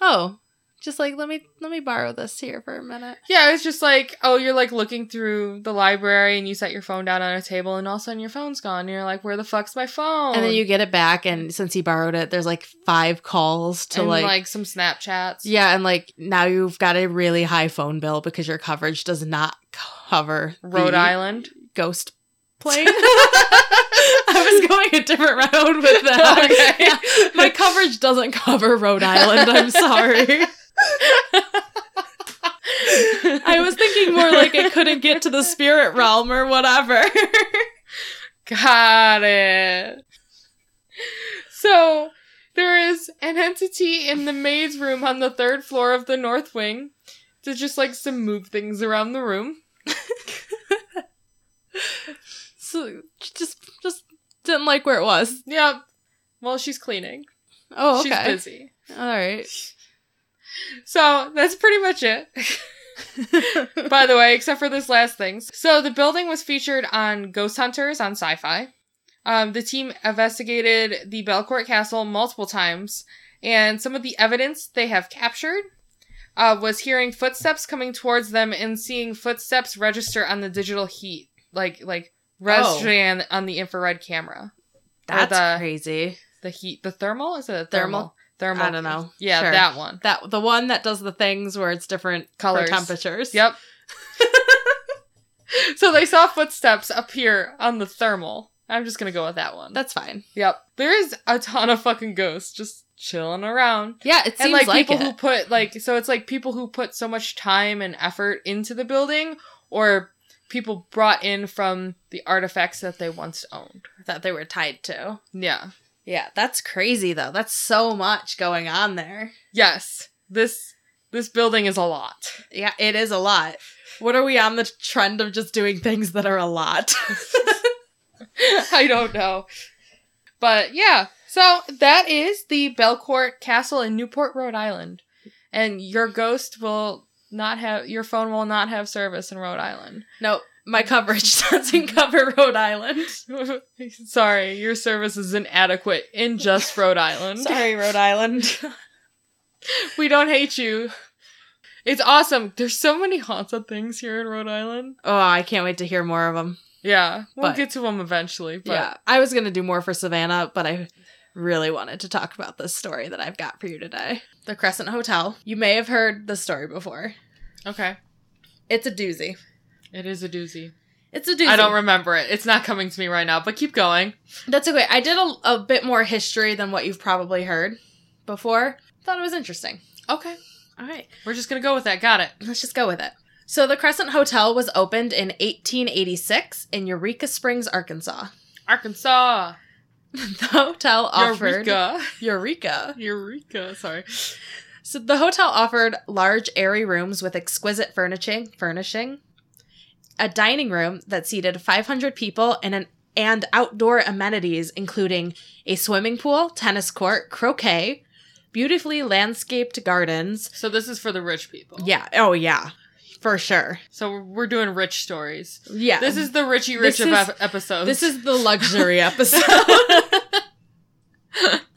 Oh, Just like let me let me borrow this here for a minute. Yeah, it's just like, oh, you're like looking through the library and you set your phone down on a table and all of a sudden your phone's gone. And you're like, where the fuck's my phone? And then you get it back, and since he borrowed it, there's like five calls to And, like, some Snapchats. yeah, and like now you've got a really high phone bill because your coverage does not cover Rhode the Island. ghost plane. I was going a different road with that. Okay. Yeah, my coverage doesn't cover Rhode Island. I'm sorry. I was thinking more like I couldn't get to the spirit realm or whatever. Got it. So there is an entity in the maid's room on the third floor of the north wing that just likes to move things around the room. So just just didn't like where it was. Yep. Well, she's cleaning. Oh, She's okay. busy. All right. So that's pretty much it. By the way, except for this last thing. So the building was featured on Ghost Hunters on Sci Fi. Um, the team investigated the Belcourt Castle multiple times, and some of the evidence they have captured uh, was hearing footsteps coming towards them and seeing footsteps register on the digital heat, like like Oh. registering on the infrared camera. That's the- crazy. The heat, the thermal is it a thermal? Thermal? Thermal. I don't know. Yeah, Sure. that one. That the one that does the things where it's different color Colors. temperatures. Yep. so they saw footsteps appear on the thermal. I'm just gonna go with that one. That's fine. yep. There is a ton of fucking ghosts just chilling around. Yeah, it and seems like, like, people it. who put like so it's like people who put so much time and effort into the building or people brought in from the artifacts that they once owned. that they were tied to. Yeah. Yeah, that's crazy though. That's so much going on there. Yes. This this building is a lot. Yeah, it is a lot. What are we on the trend of just doing things that are a lot? I don't know. But yeah, so that is the Belcourt Castle in Newport, Rhode Island. And your ghost will not have your phone will not have service in Rhode Island. no, my coverage doesn't cover Rhode Island. Sorry, your service is inadequate in just Rhode Island. Sorry, Rhode Island. We don't hate you. It's awesome. There's so many haunted things here in Rhode Island. Oh, I can't wait to hear more of them. Yeah, we'll But- get to them eventually. But yeah, I was going to do more for Savannah, but I really wanted to talk about this story that I've got for you today. The Crescent Hotel. You may have heard this story before. okay, It's a doozy. it is a doozy. It's a doozy. I don't remember it. It's not coming to me right now. But keep going. That's okay. I did a, a bit more history than what you've probably heard before. Thought it was interesting. Okay. All right, We're just gonna go with that. Got it. let's just go with it. So, the Crescent Hotel was opened in 1886 in Eureka Springs, Arkansas. Arkansas. The hotel offered Eureka. Eureka. Eureka. Sorry. So the hotel offered large, airy rooms with exquisite furnishing, furnishing, a dining room that seated 500 people, and an and outdoor amenities including a swimming pool, tennis court, croquet, beautifully landscaped gardens. So this is for the rich people. Yeah. Oh yeah. For sure. So we're doing rich stories. Yeah. This is the Richie This Rich of is- ep- episodes. this is the luxury episode.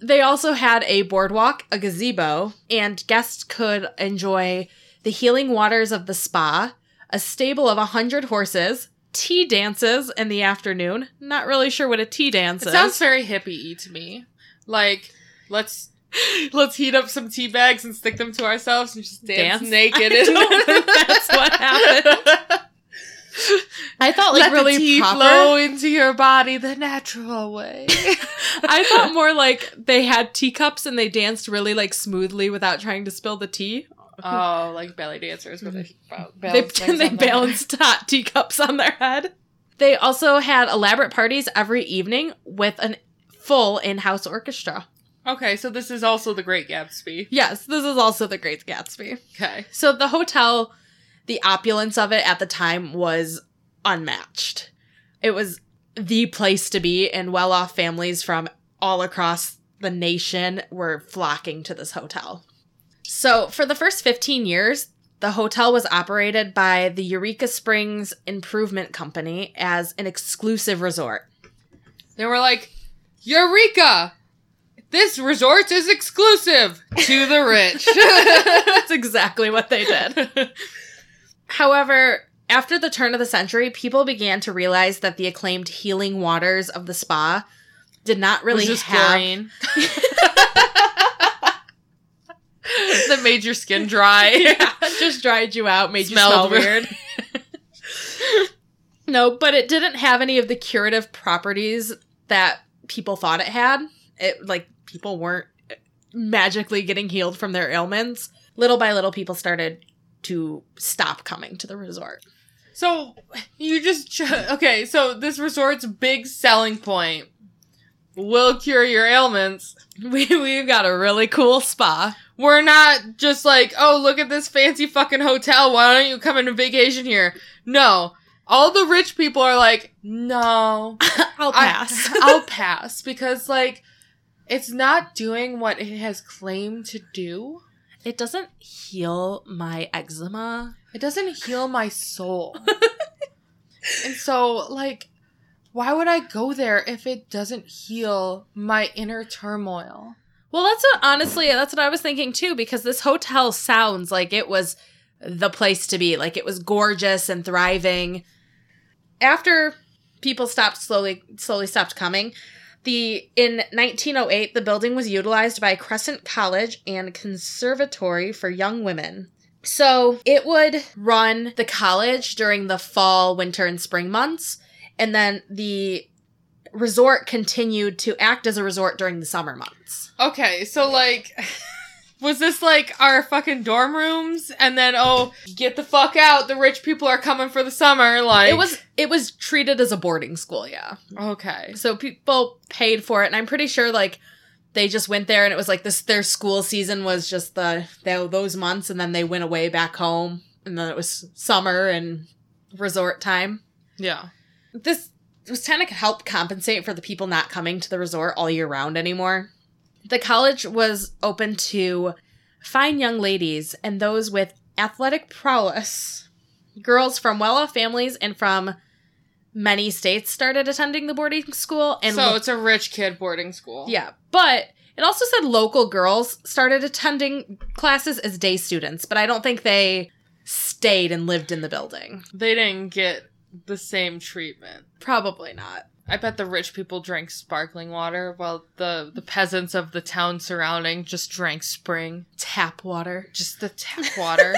They also had a boardwalk, a gazebo, and guests could enjoy the healing waters of the spa, a stable of 100 horses, tea dances in the afternoon. Not really sure what a tea it dance is. sounds very hippie to me. Like let's let's heat up some tea bags and stick them to ourselves and just dance, Dance? naked. I and- don't think that's what happened. I thought like Let really the tea proper. flow into your body the natural way. I thought more like they had teacups and they danced really like smoothly without trying to spill the tea. oh, like belly dancers where they ba- Mm-hmm. They, balance things they on their head. balanced hot teacups on their head. They also had elaborate parties every evening with an full in-house orchestra. Okay, so this is also the Great Gatsby. Yes, this is also the Great Gatsby. Okay. So the hotel, the opulence of it at the time was unmatched. It was the place to be, and well-off families from all across the nation were flocking to this hotel. So for the first 15 years, the hotel was operated by the Eureka Springs Improvement Company as an exclusive resort. They were like, Eureka! This resort is exclusive to the rich. That's exactly what they did. However, after the turn of the century, people began to realize that the acclaimed healing waters of the spa did not really Was this have chlorine? that made your skin dry. just dried you out, made Smelled you smell weird. no, but it didn't have any of the curative properties that people thought it had. It like people weren't magically getting healed from their ailments. Little by little people started to stop coming to the resort. So you just ch- okay. So this resort's big selling point will cure your ailments. We we've got a really cool spa. We're not just like, oh, look at this fancy fucking hotel. Why don't you come on a vacation here? No, all the rich people are like, no, I'll I- pass. I'll pass because like it's not doing what it has claimed to do. it doesn't heal my eczema. It doesn't heal my soul. and so, like, why would I go there if it doesn't heal my inner turmoil? Well, that's what honestly, that's what I was thinking too, because this hotel sounds like it was the place to be. Like it was gorgeous and thriving. After people stopped slowly, slowly stopped coming. The in 1908, the building was utilized by Crescent College and Conservatory for Young Women. So it would run the college during the fall, winter, and spring months, and then the resort continued to act as a resort during the summer months. Okay, so like. Was this like our fucking dorm rooms? And then, oh, get the fuck out. The rich people are coming for the summer. Like, it was it was treated as a boarding school yeah Okay. so people paid for it and i'm pretty sure like they just went there and it was like this their school season was just the, tho- those months and then they went away back home and then it was summer and resort time Yeah. this was kind of help compensate for the people not coming to the resort all year round anymore the college was open to fine young ladies and those with athletic prowess girls from well-off families and from many states started attending the boarding school and so it's a rich kid boarding school. yeah, but it also said local girls started attending classes as day students, but I don't think they stayed and lived in the building. They didn't get the same treatment. Probably not. I bet the rich people drank sparkling water while the, the peasants of the town surrounding just drank spring. Tap water. Just the tap water.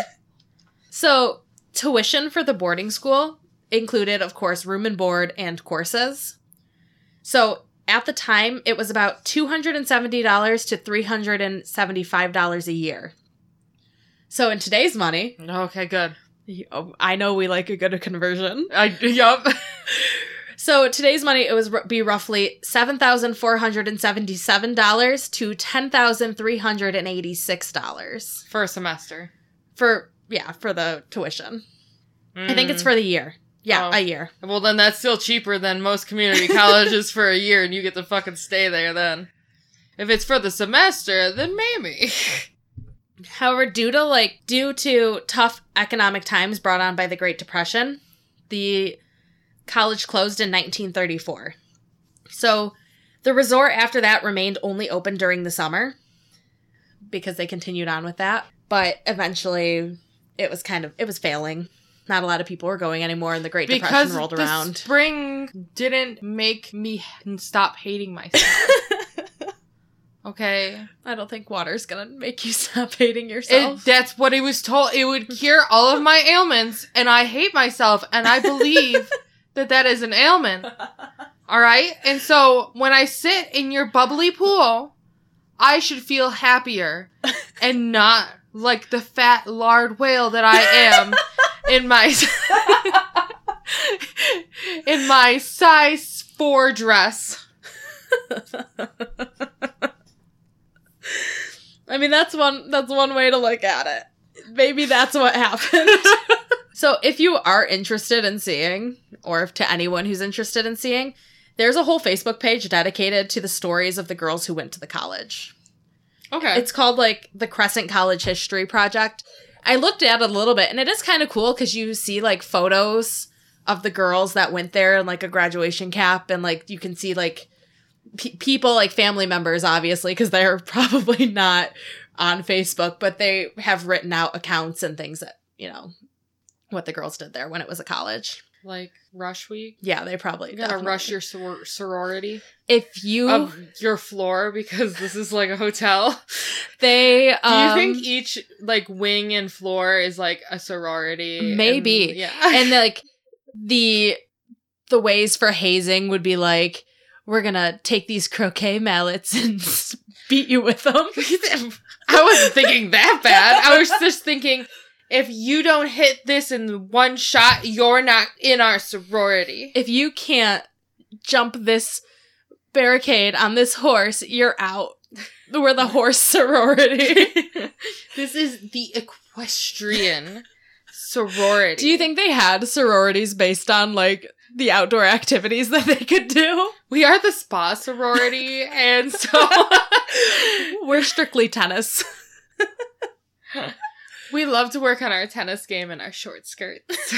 So, tuition for the boarding school included, of course, room and board and courses. So, at the time, it was about $270 to $375 a year. So, in today's money, okay, good. oh, I know we like a good conversion. I yup. So today's money, it was r- be roughly seven thousand four hundred and seventy-seven dollars to ten thousand three hundred and eighty-six dollars For a semester. for yeah for the tuition. I think it's Mm. for the year. Yeah, Oh. a year. Well then that's still cheaper than most community colleges for a year and you get to fucking stay there then. If it's for the semester, then maybe. However, due to like due to tough economic times brought on by the Great Depression, the college closed in 1934. So, the resort after that remained only open during the summer because they continued on with that, but eventually it was kind of it was failing. Not a lot of people were going anymore and the Great because Depression rolled the around. spring didn't make me h- stop hating myself. okay. I don't think water's going to make you stop hating It, yourself. that's what it was told. It would cure all of my ailments, and I hate myself, and I believe that that is an ailment. All right? And so when I sit in your bubbly pool, I should feel happier and not like the fat lard whale that I am in my in my size 4 dress. I mean, that's one that's one way to look at it. Maybe that's what happened. so, if you are interested in seeing or if to anyone who's interested in seeing, there's a whole Facebook page dedicated to the stories of the girls who went to the college. Okay. It's called like the Crescent College History Project. I looked at it a little bit and it is kind of cool cuz you see like photos of the girls that went there and like a graduation cap and like you can see like pe people like family members, obviously, because they're probably not on Facebook, but they have written out accounts and things that, you know, what the girls did there when it was a college. Like rush week. Yeah, they probably You gotta definitely- rush your soror- sorority If you, of your floor because this is like a hotel. they, Do you um, think each like wing and floor is like a sorority? Maybe. And- yeah. and like the the ways for hazing would be like we're gonna take these croquet mallets and s- beat you with them I wasn't thinking that bad. I was just thinking if you don't hit this in one shot, you're not in our sorority. if you can't jump this barricade on this horse you're out we're the horse sorority This is the equestrian sorority. do you think they had sororities based on like the outdoor activities that they could do we are the spa sorority? and so we're strictly tennis we love to work on our tennis game and our short skirts.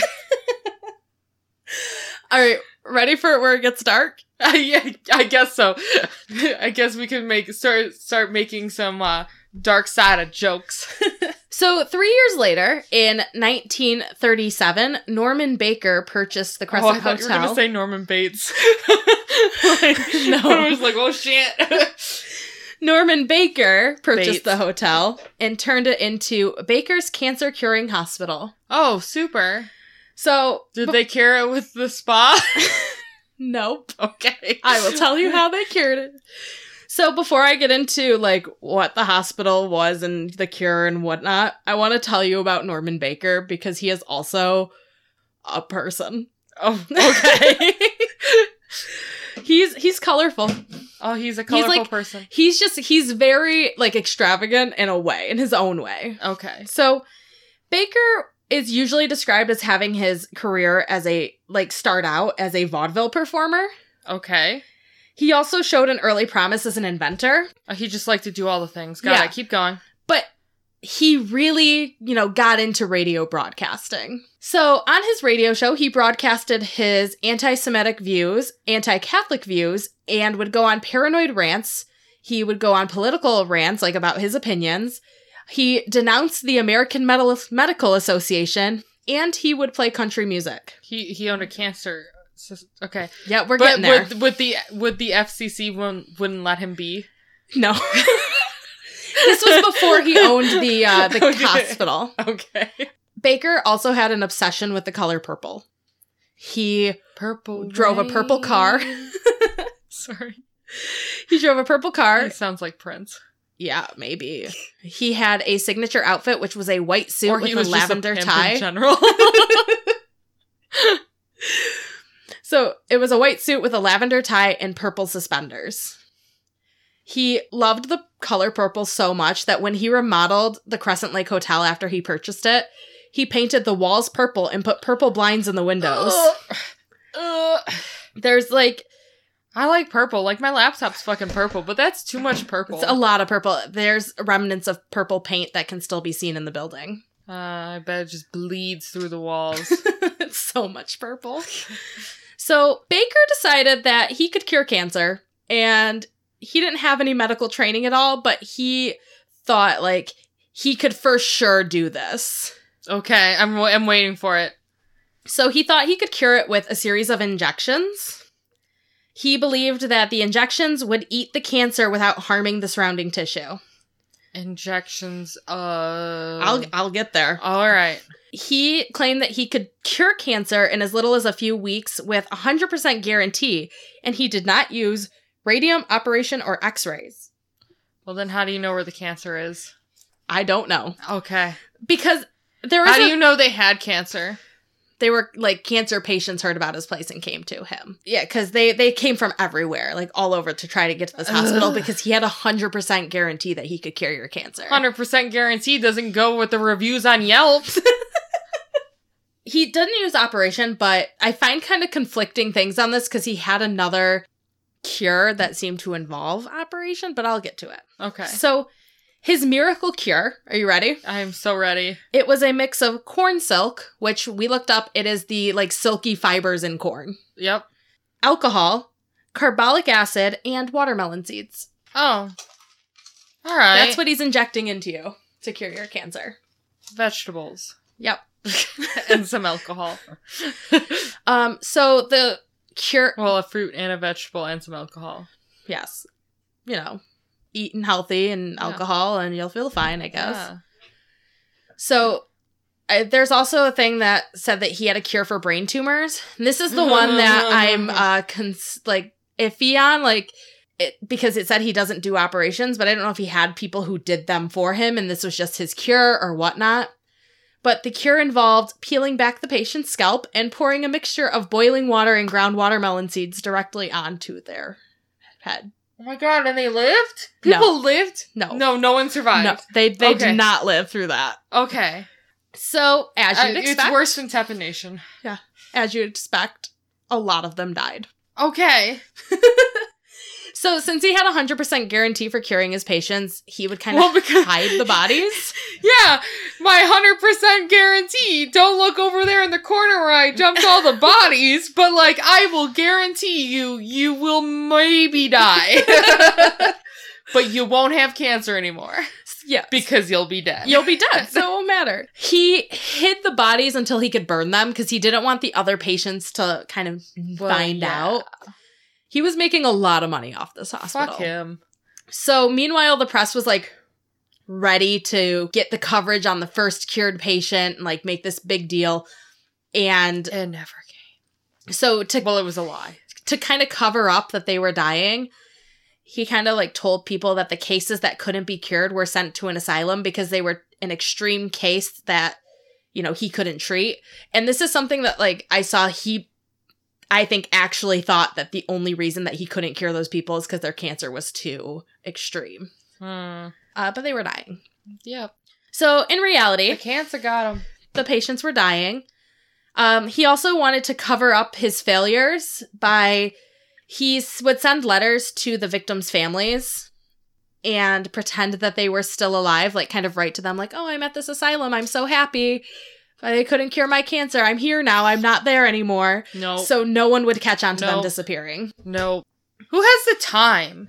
all right ready for where it gets dark yeah, I guess so. I guess we can make start start making some uh, dark side of jokes. So, three years later, in 1937, Norman Baker purchased the oh, Crescent I thought you were Hotel. gonna say Norman Bates. No. I was like, oh shit. Norman Baker purchased Bates. the hotel and turned it into Baker's Cancer Curing Hospital. oh, super. So, Did they cure it with the spa? nope. okay, I will tell you how they cured it. So, before I get into like what the hospital was and the cure and whatnot, I want to tell you about Norman Baker because he is also a person. Oh, okay. Okay. he's he's colorful. oh, he's a colorful like- person. He's just he's very like extravagant in a way, in his own way. Okay. So Baker is usually described as having his career as a like start out as a vaudeville performer. Okay. He also showed an early promise as an inventor, Oh, he just liked to do all the things. Got Yeah. it. Keep going. but he really, you know, got into radio broadcasting. So on his radio show, he broadcasted his anti Semitic views, anti Catholic views, and would go on paranoid rants. He would go on political rants, like about his opinions. He denounced the American Medal- Medical Association, and he would play country music. He he owned a cancer. sys- Okay, Yeah, we're but getting there. would would the would the FCC wouldn't, wouldn't let him be? no. this was before he owned the uh, the Okay. hospital. Okay. Baker also had an obsession with the color purple. He Purple Drove a purple car. rain. Sorry, he drove a purple car. he sounds like Prince. Yeah, maybe. He had a signature outfit which was a white suit or with he a was just lavender pimp tie. in general. so, it was a white suit with a lavender tie and purple suspenders. He loved the color purple so much that when he remodeled the Crescent Lake Hotel after he purchased it, he painted the walls purple and put purple blinds in the windows. Uh, There's like I like purple. Like my laptop's fucking purple, but that's too much purple. It's a lot of purple. There's remnants of purple paint that can still be seen in the building. uh, I bet it just bleeds through the walls. it's so much purple. so Baker decided that he could cure cancer, and he didn't have any medical training at all, but he thought like he could for sure do this. okay, I'm wa- I'm waiting for it. So he thought he could cure it with a series of injections. He believed that the injections would eat the cancer without harming the surrounding tissue. Injections. Uh, I'll I'll get there. all right. he claimed that he could cure cancer in as little as a few weeks with 100% guarantee, and he did not use radium, operation, or x rays. Well, then, how do you know where the cancer is? I don't know. Okay. Because there was. How do a- you know they had cancer? they were like cancer patients heard about his place and came to him. Yeah, because they, they came from everywhere, like all over to try to get to this hospital Ugh. because he had a 100% guarantee that he could cure your cancer. Hundred percent guarantee doesn't go with the reviews on Yelp. he didn't use operation but i find kind of conflicting things on this because he had another cure that seemed to involve operation but i'll get to it Okay. so his miracle cure are you ready I am so ready. it was a mix of corn silk which we looked up it is the like silky fibers in corn Yep. alcohol carbolic acid, and watermelon seeds. Oh. All right. That's what he's injecting into you to cure your cancer. vegetables Yep. and some alcohol. Um, so the cure, Well, a fruit and a vegetable and some alcohol. yes, you know, eating healthy and Yeah. alcohol, and you'll feel fine, I guess. Yeah. So I, there's also a thing that said that he had a cure for brain tumors. And this is the one that I'm uh cons- like iffy on, like it, because it said he doesn't do operations, but I don't know if he had people who did them for him, and this was just his cure or whatnot. But the cure involved peeling back the patient's scalp and pouring a mixture of boiling water and ground watermelon seeds directly onto their head. Oh my god, and they lived? No. People lived? No, No, no one no, survived. they they Okay. did not live through that. Okay. So as Uh, you'd expect, it's worse than Teppan Nation. as you'd expect, a lot of them died. Okay. So since he had a 100% guarantee for curing his patients, he would kind of Well, because hide the bodies. yeah, my 100% guarantee. Don't look over there in the corner where I dumped all the bodies, but like I will guarantee you you will maybe die. but you won't have cancer anymore yeah. because you'll be dead. You'll be dead, so it won't matter. He hid the bodies until he could burn them because he didn't want the other patients to kind of Well, find yeah. out. He was making a lot of money off this hospital. Fuck him. So meanwhile, the press was like ready to get the coverage on the first cured patient and like make this big deal. And And never so to Well, it was a lie. to kind of cover up that they were dying, he kind of like told people that the cases that couldn't be cured were sent to an asylum because they were an extreme case that, you know, he couldn't treat. And this is something that like I saw he I think actually thought that the only reason that he couldn't cure those people is because their cancer was too extreme. Hmm. Uh, but they were dying. Yep. So in The reality, cancer got him. the patients were dying. Um, he also wanted to cover up his failures by he s- would send letters to the victims' families and pretend that they were still alive, like kind of write to them, like, "Oh, I'm at this asylum. I'm so happy. They couldn't cure my cancer. I'm here now. I'm not there anymore." No. So no one would catch on to them Nope. disappearing. No. Who has the time?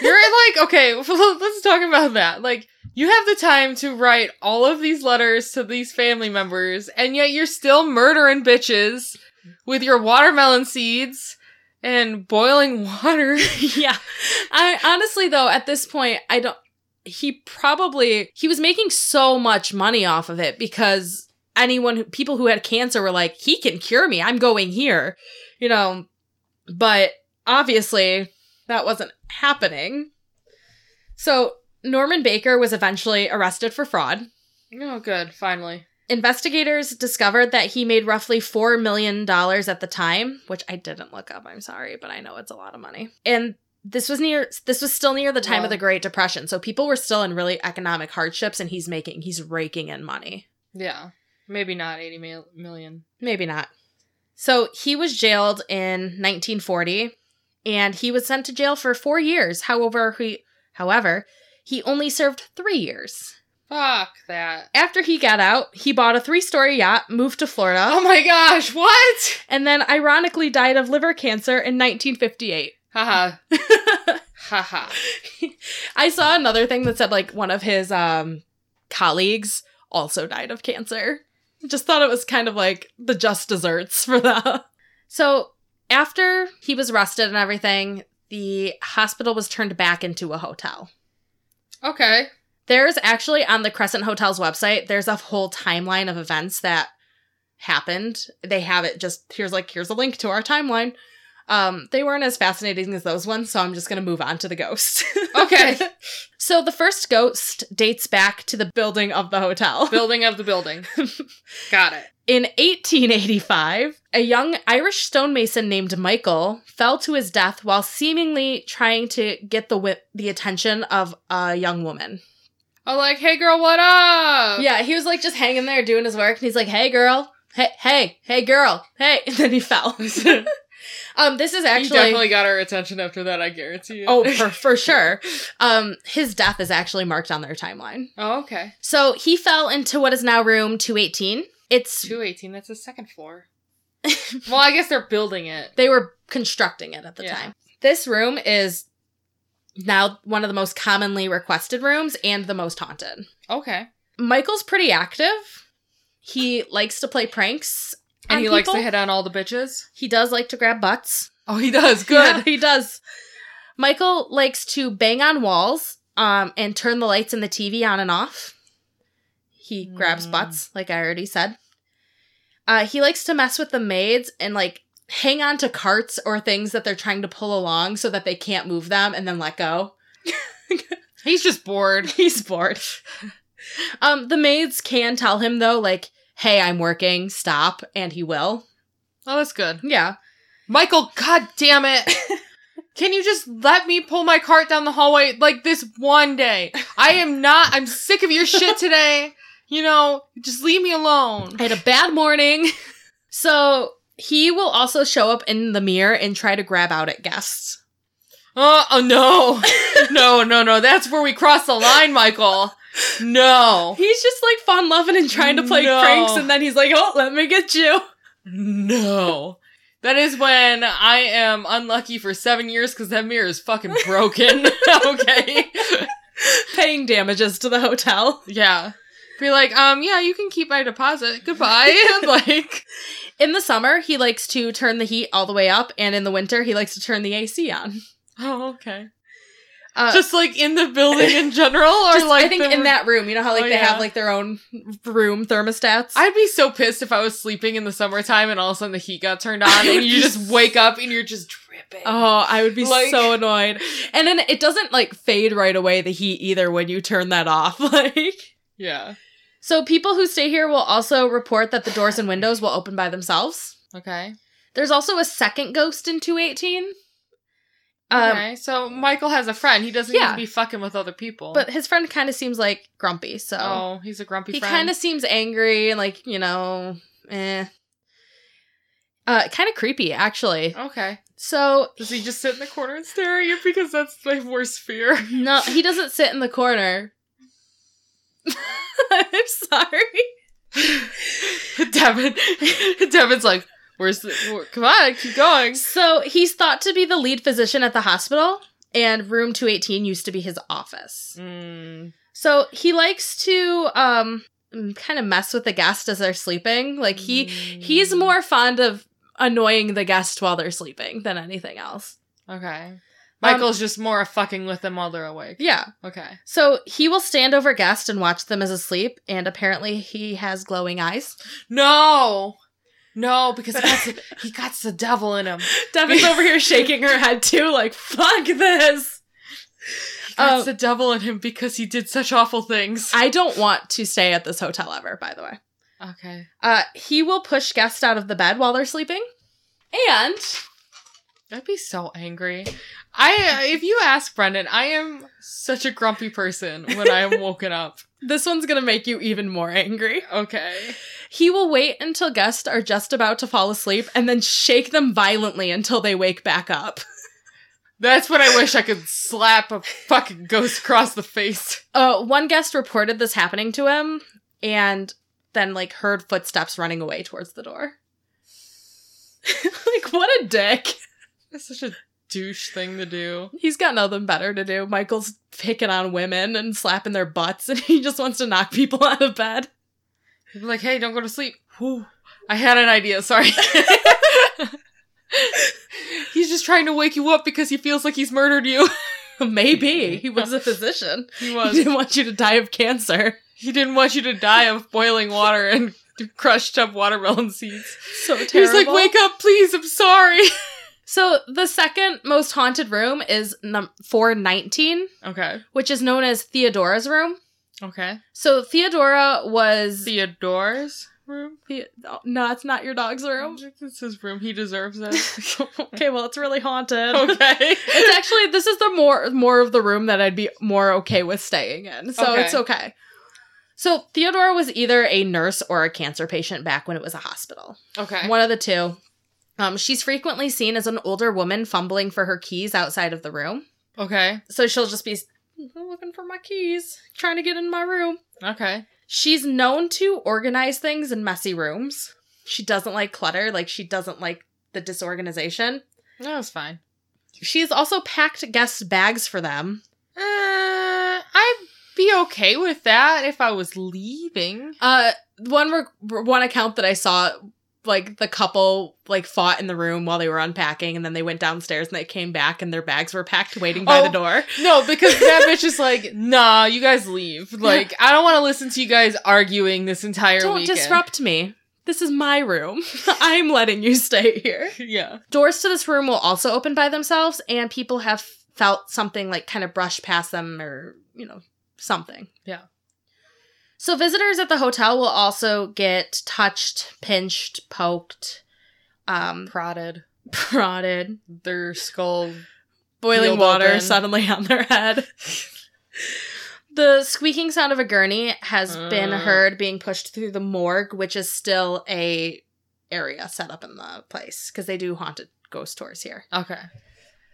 You're like, okay, let's talk about that. Like, you have the time to write all of these letters to these family members, and yet you're still murdering bitches with your watermelon seeds and boiling water. yeah. I honestly though at this point I don't he probably he was making so much money off of it because anyone who, people who had cancer were like he can cure me. I'm going here. You know, but obviously that wasn't happening. So Norman Baker was eventually arrested for fraud. Oh, good, finally. Investigators discovered that he made roughly $4 million at the time, which I didn't look up. I'm sorry, but I know it's a lot of money. And this was near this was still near the time Wow. of the Great Depression. So people were still in really economic hardships and he's making he's raking in money. Yeah. Maybe not 80 mil- million. Maybe not. So he was jailed in 1940 and he was sent to jail for 4 years. However, he however, he only served 3 years. Fuck that. After he got out, he bought a three-story yacht, moved to Florida. Oh my gosh, what? and then ironically died of liver cancer in 1958. Haha. Haha. I saw another thing that said like one of his um colleagues also died of cancer. Just thought it was kind of like the just desserts for that. So after he was arrested and everything, the hospital was turned back into a hotel. Okay. There's actually on the Crescent Hotel's website, there's a whole timeline of events that happened. They have it just here's like here's a link to our timeline. Um, they weren't as fascinating as those ones, so I'm just gonna move on to the ghosts. Okay. so the first ghost dates back to the building of the hotel. building of the building. Got it. In 1885, a young Irish stonemason named Michael fell to his death while seemingly trying to get the wi- the attention of a young woman. I'm Oh, like, hey girl, what up? Yeah, he was like just hanging there doing his work, and he's like, "Hey, girl, hey, hey, hey, girl, hey," and then he fell. um, this is you actually definitely got our attention after that, I guarantee you. oh for, for sure. Um, his death is actually marked on their timeline. Oh, okay. So he fell into what is now room two eighteen. It's 218, that's the second floor. well, I guess they're building it. they were constructing it at the Yeah. time. This room is now one of the most commonly requested rooms and the most haunted. Okay. Michael's pretty active. He likes to play pranks. And on he likes to people. hit on all the bitches. He does like to grab butts. Oh, he does. Yeah, Good. he does. Michael likes to bang on walls um, and turn the lights and the TV on and off. He grabs Mm. butts, like I already said. Uh, he likes to mess with the maids and like hang on to carts or things that they're trying to pull along so that they can't move them and then let go. He's just bored. He's bored. um, the maids can tell him though, like, "Hey, I'm working. Stop," and he will. Oh, that's good. Yeah. Michael, god damn it. Can you just let me pull my cart down the hallway like this one day? I am not, I'm sick of your shit today. You know, just leave me alone. I had a bad morning. so he will also show up in the mirror and try to grab out at guests. Uh, oh, no. No, no, no. That's where we cross the line, Michael. No. He's just like fun loving and trying to play No. pranks, and then he's like, "Oh, let me get you." No. That is when I am unlucky for seven years because that mirror is fucking broken. okay. Paying damages to the hotel. Yeah. Be like, um, yeah, you can keep my deposit. Goodbye. like, In the summer, he likes to turn the heat all the way up, and in the winter, he likes to turn the AC on. oh, okay. Uh, just like in the building in general, or just- like I think the- in that room, you know how like Oh, they have yeah. like their own room thermostats. I'd be so pissed if I was sleeping in the summertime and all of a sudden the heat got turned on and you just wake up and you're just dripping. Oh, I would be Like- so annoyed. And then it doesn't like fade right away the heat either when you turn that off. Like yeah. So people who stay here will also report that the doors and windows will open by themselves. Okay. There's also a second ghost in 218. Um, Okay. So Michael has a friend. He doesn't need Yeah. to be fucking with other people. but his friend kind of seems like grumpy, so oh, he's a grumpy he friend. kind of seems angry and like, you know, eh. Uh, kind of creepy actually. Okay. So Does he just sit in the corner and stare at you? Because that's my worst fear. No, he doesn't sit in the corner. I'm sorry. Devin, Devin's like, where's the? wh- Come on, keep going. So he's thought to be the lead physician at the hospital, and room 218 used to be his office. Mm, So he likes to um kind of mess with the guest as they're sleeping. Like he he's more fond of annoying the guest while they're sleeping than anything else. Mm, Um, okay. Michael's just more a fucking with them while they're awake. Yeah. Okay. So he will stand over guests and watch them as asleep, and apparently he has glowing eyes. No, no, because he got, the, he got the devil in him. Devin's over here shaking her head too, like, fuck this. He got Oh. the devil in him because he did such awful things. I don't want to stay at this hotel ever, by the way. Okay. Uh, he will push guests out of the bed while they're sleeping. And I'd be so angry. I if you ask Brendan, I am such a grumpy person when I am woken up. this one's gonna make you even more angry. Okay. He will wait until guests are just about to fall asleep and then shake them violently until they wake back up. That's when I wish I could slap a fucking ghost across the face. Uh, one guest reported this happening to him and then, like, heard footsteps running away towards the door. like, what a dick. That's such a douche thing to do. He's got nothing better to do. Michael's picking on women and slapping their butts, and he just wants to knock people out of bed. He'd be like, hey, don't go to sleep. Whew. I had an idea, sorry. he's just trying to wake you up because he feels like he's murdered you. Maybe he was a physician. He He was. didn't want you to die of cancer. he didn't want you to die of boiling water and crushed up watermelon seeds. So terrible. He's like, wake up, please, I'm sorry. So the second most haunted room is num- 419, Okay. which is known as Theodora's room. Okay. So Theodora was Theodore's room? The- oh, no, it's not your dog's room. It's his room. He deserves it. Okay, well it's really haunted. okay. It's actually this is the more more of the room that I'd be more okay with staying in. So Okay. it's okay. So Theodora was either a nurse or a cancer patient back when it was a hospital. Okay. One of the two. Um, she's frequently seen as an older woman fumbling for her keys outside of the room. Okay. So she'll just be "I'm looking for my keys, trying to get in my room. Okay. She's known to organize things in messy rooms. She doesn't like clutter, like she doesn't like the disorganization. That was fine. She's also packed guest bags for them. Uh, I'd be okay with that if I was leaving. Uh, one re- one account that I saw, like the couple like fought in the room while they were unpacking, and then they went downstairs and they came back and their bags were packed waiting by Oh. the door. No, because that bitch is like, nah, you guys leave. Like, I don't want to listen to you guys arguing this entire Don't weekend. disrupt me. This is my room. I'm letting you stay here. Yeah. Doors to this room will also open by themselves, and people have felt something like kind of brush past them or, you know, something. Yeah. So visitors at the hotel will also get touched, pinched, poked, um, Prodded. prodded, Their skull. boiling Peeled water open. suddenly on their head. the squeaking sound of a gurney has been Mm. heard being pushed through the morgue, which is still a area set up in the place because they do haunted ghost tours here. Okay.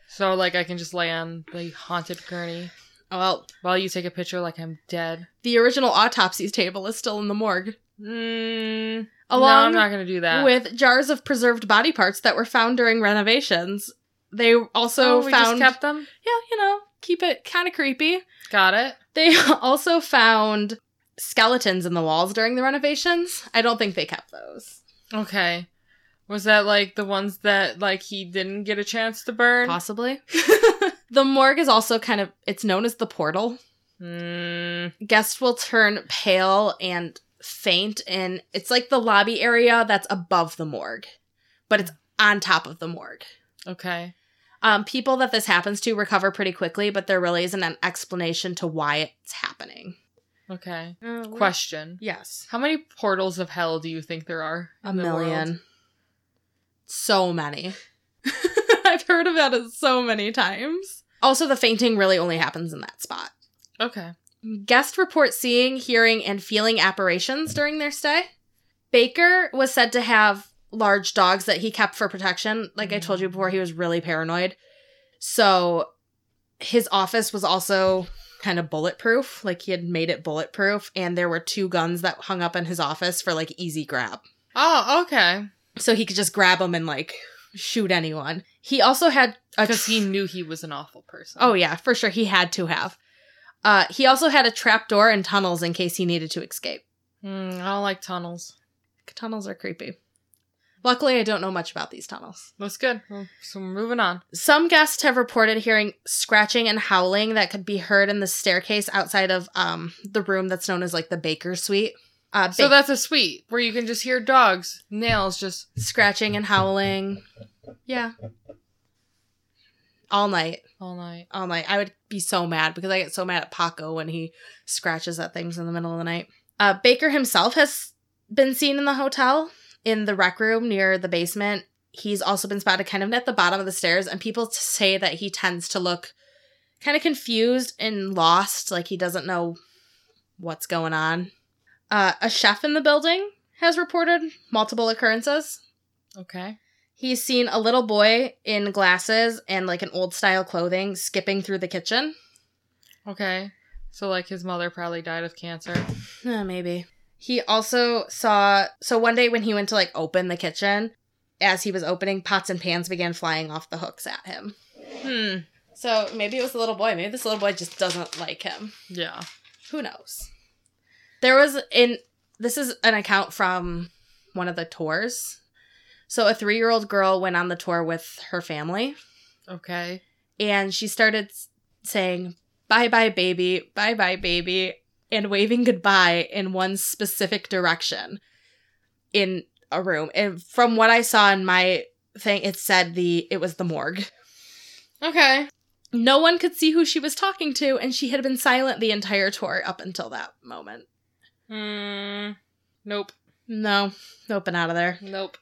So, like, I can just lay on the haunted gurney Oh, Well, while you take a picture like I'm dead. the original autopsy table is still in the morgue, Mm, no, along I'm not going to do that. with jars of preserved body parts that were found during renovations. They also Oh, we found, just kept them? yeah, you know, keep it kind of creepy. Got it. They also found skeletons in the walls during the renovations. I don't think they kept those. Okay. Was that like the ones that like he didn't get a chance to burn? Possibly. the morgue is also kind of it's known as the portal. Mm, Guests will turn pale and faint and it's like the lobby area that's above the morgue, but it's on top of the morgue. okay. Um, people that this happens to recover pretty quickly, but there really isn't an explanation to why it's happening. Okay. Question. Oh, Yes. How many portals of hell do you think there are? A in the world? million. So many. I've heard about it so many times. Also, the fainting really only happens in that spot. Okay. Guest report seeing, hearing, and feeling apparitions during their stay. Baker was said to have large dogs that he kept for protection. Like I told you before, he was really paranoid. So his office was also kind of bulletproof. Like he had made it bulletproof, and there were two guns that hung up in his office for like easy grab Oh, okay. so he could just grab them and like shoot anyone. He also had a Because tr- he knew he was an awful person. oh yeah for sure he had to have. Uh, he also had a trap door and tunnels in case he needed to escape. Mm, I don't like tunnels. Tunnels are creepy. Luckily, I don't know much about these tunnels. That's good. Well, So we're moving on. Some guests have reported hearing scratching and howling that could be heard in the staircase outside of um the room that's known as like the baker suite. Uh, So so that's a suite where you can just hear dogs, nails, just scratching and howling, yeah, all night. all night. all night. Oh I would be so mad because I get so mad at Paco when he scratches at things in the middle of the night. Uh, Baker himself has been seen in the hotel in the rec room near the basement. He's also been spotted kind of at the bottom of the stairs, and people t- say that he tends to look kind of confused and lost, like he doesn't know what's going on. Uh, a chef in the building has reported multiple occurrences. Okay. He's seen a little boy in glasses and like an old style clothing skipping through the kitchen. Okay. So like his mother probably died of cancer. Uh, maybe. He also saw. So one day when he went to like open the kitchen, as he was opening, pots and pans began flying off the hooks at him. Hmm. So maybe it was the little boy. Maybe this little boy just doesn't like him. Yeah. Who knows? There was in. This is an account from one of the tours. So a three year old girl went on the tour with her family. Okay. and she started s- saying bye bye baby bye bye baby and waving goodbye in one specific direction in a room and from what i saw in my thing it said the it was the morgue Okay. no one could see who she was talking to and she had been silent the entire tour up until that moment Mm, nope. no nope and out of there Nope.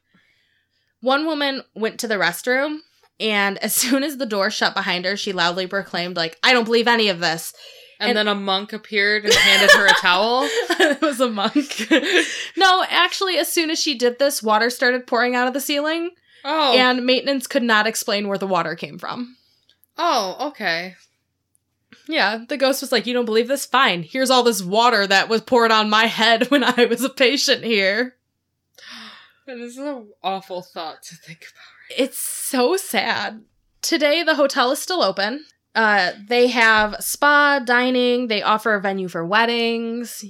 One woman went to the restroom, and as soon as the door shut behind her, she loudly proclaimed, "Like I don't believe any of this." And, And- then a monk appeared and handed her a towel. it was a monk. no, actually, as soon as she did this, water started pouring out of the ceiling, Oh. and maintenance could not explain where the water came from. oh, okay. Yeah, the ghost was like, You don't believe this? Fine. Here's all this water that was poured on my head when I was a patient here. This is an awful thought to think about. It's so sad. today the hotel is still open. Uh, they have spa, dining, they offer a venue for weddings.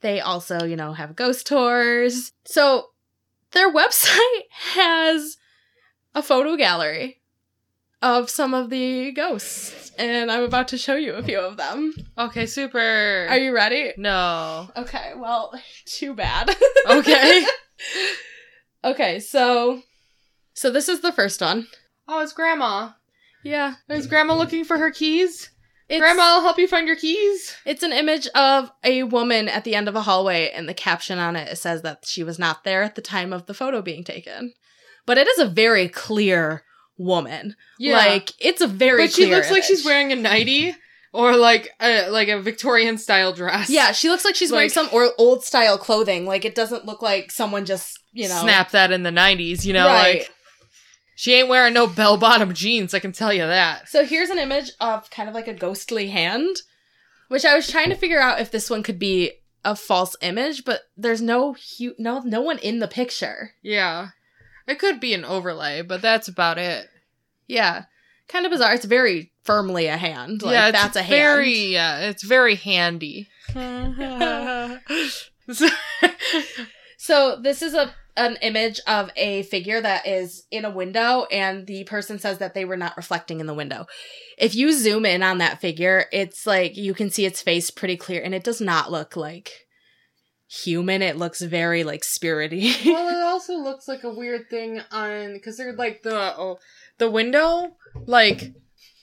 They also, you know, have ghost tours. So their website has a photo gallery of some of the ghosts, and I'm about to show you a few of them. Okay, super. Are you ready? No. Okay, well, too bad. Okay. okay, so so this is the first one. oh, it's grandma. Yeah. Is grandma looking for her keys? It's, grandma, I'll help you find your keys. It's an image of a woman at the end of a hallway, and the caption on it says that she was not there at the time of the photo being taken. But it is a very clear woman. Like it's a very. but she clear looks like she's image. wearing a nightie or like a like a Victorian style dress. Yeah, she looks like she's wearing Like- some or old style clothing. Like it doesn't look like someone just you know snap that in the '90s. You know, Right. like she ain't wearing no bell bottom jeans. I can tell you that. So here's an image of kind of like a ghostly hand, which I was trying to figure out if this one could be a false image, but there's no hu- no no one in the picture. Yeah, it could be an overlay, but that's about it. Yeah. Kind of bizarre. It's very firmly a hand. Like yeah, it's that's a hand. very yeah, it's very handy. So this is a an image of a figure that is in a window and the person says that they were not reflecting in the window. If you zoom in on that figure, it's like you can see its face pretty clear and it does not look like human. It looks very like spirity. well, it also looks like a weird thing on because they're like the oh, the window, like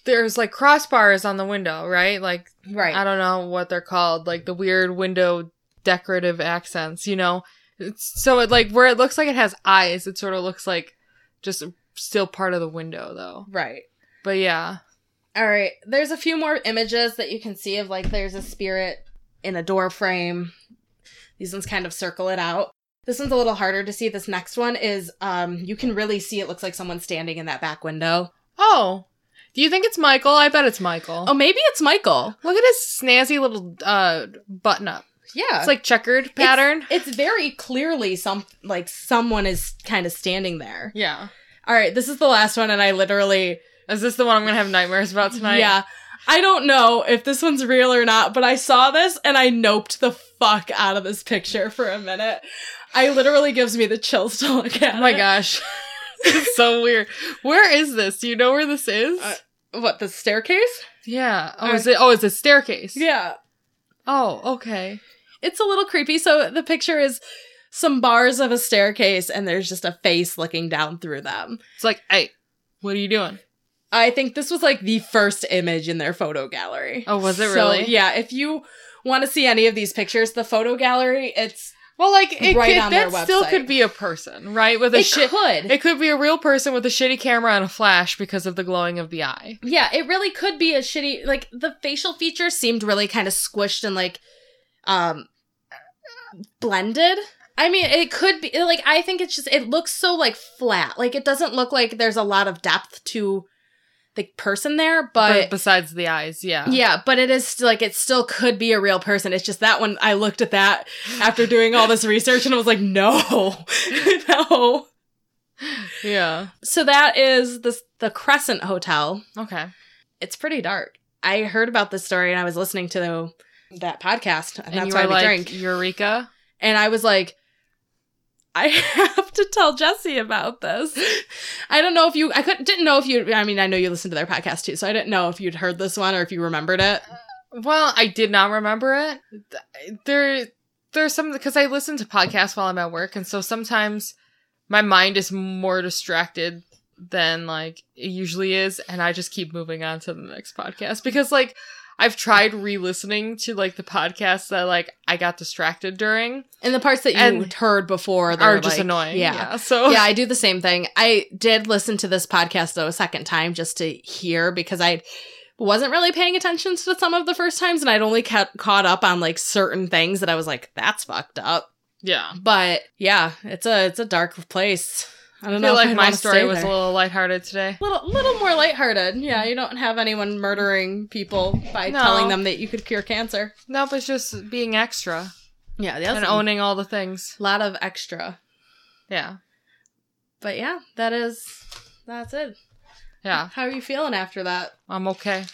there's like crossbars on the window, right? Like I right. don't know what they're called, like the weird window decorative accents, you know. It's, so it like where it looks like it has eyes, it sort of looks like just still part of the window though. Right. But yeah, All right. There's a few more images that you can see of like there's a spirit in a door frame. These ones kind of circle it out. This one's a little harder to see. This next one is um you can really see it looks like someone standing in that back window. oh. Do you think it's Michael? I bet it's Michael. Oh, maybe it's Michael. Look at his snazzy little uh, button up. Yeah. It's like checkered pattern. it's very clearly some like someone is kind of standing there. yeah. All right, this is the last one and I literally Is this the one I'm gonna have nightmares about tonight? Yeah. I don't know if this one's real or not, but I saw this and I noped the fuck out of this picture for a minute. I literally gives me the chills to look at. Oh my it. gosh. It's so weird. Where is this? Do you know where this is? Uh, What the staircase? yeah. Oh, I- is it? Oh, it's a staircase. Yeah. Oh, okay. It's a little creepy. So the picture is some bars of a staircase and there's just a face looking down through them. It's like, hey, what are you doing? I think this was like the first image in their photo gallery. Oh, was it So, really? Yeah, if you want to see any of these pictures, the photo gallery, it's Well, like it Right could, on that their still website. could be a person, right? With a it shit. could. It could be a real person with a shitty camera and a flash because of the glowing of the eye. Yeah, it really could be a shitty like the facial features seemed really kind of squished and like um blended. I mean, it could be like I think it's just it looks so like flat. Like it doesn't look like there's a lot of depth to the person there, But but besides the eyes, yeah. yeah, but it is still, like it still could be a real person. It's just that one I looked at that after doing all this research and I was like, "No." no. Yeah. So that is the the Crescent Hotel Okay. it's pretty dark. I heard about this story and I was listening to that podcast, and, And that's you why were we like drink. Eureka. And I was like, I have to tell Jesse about this. I don't know if you, I couldn't, didn't know if you, I mean, I know you listened to their podcast too, so I didn't know if you'd heard this one or if you remembered it. Well, I did not remember it. Th- There, there's some because I listen to podcasts while I'm at work, and so sometimes my mind is more distracted than like it usually is, and I just keep moving on to the next podcast because like I've tried re-listening to like the podcasts that like I got distracted during And the parts that you And- heard before they are were, just like- annoying. Yeah. Yeah. So yeah, I do the same thing. I did listen to this podcast though a second time just to hear because I wasn't really paying attention to some of the first times and I'd only ca- caught up on like certain things that I was like that's fucked up. yeah. But yeah, it's a it's a dark place. I I don't feel know like my story was a a little little lighthearted today. Little, little more lighthearted. Yeah, you don't have anyone murdering people by No. telling them that you could cure cancer. Nope, it's just being extra Yeah, and that's a owning all the things. lot of extra. Yeah. But yeah, that is that's it. Yeah, How are you feeling after that? I'm okay.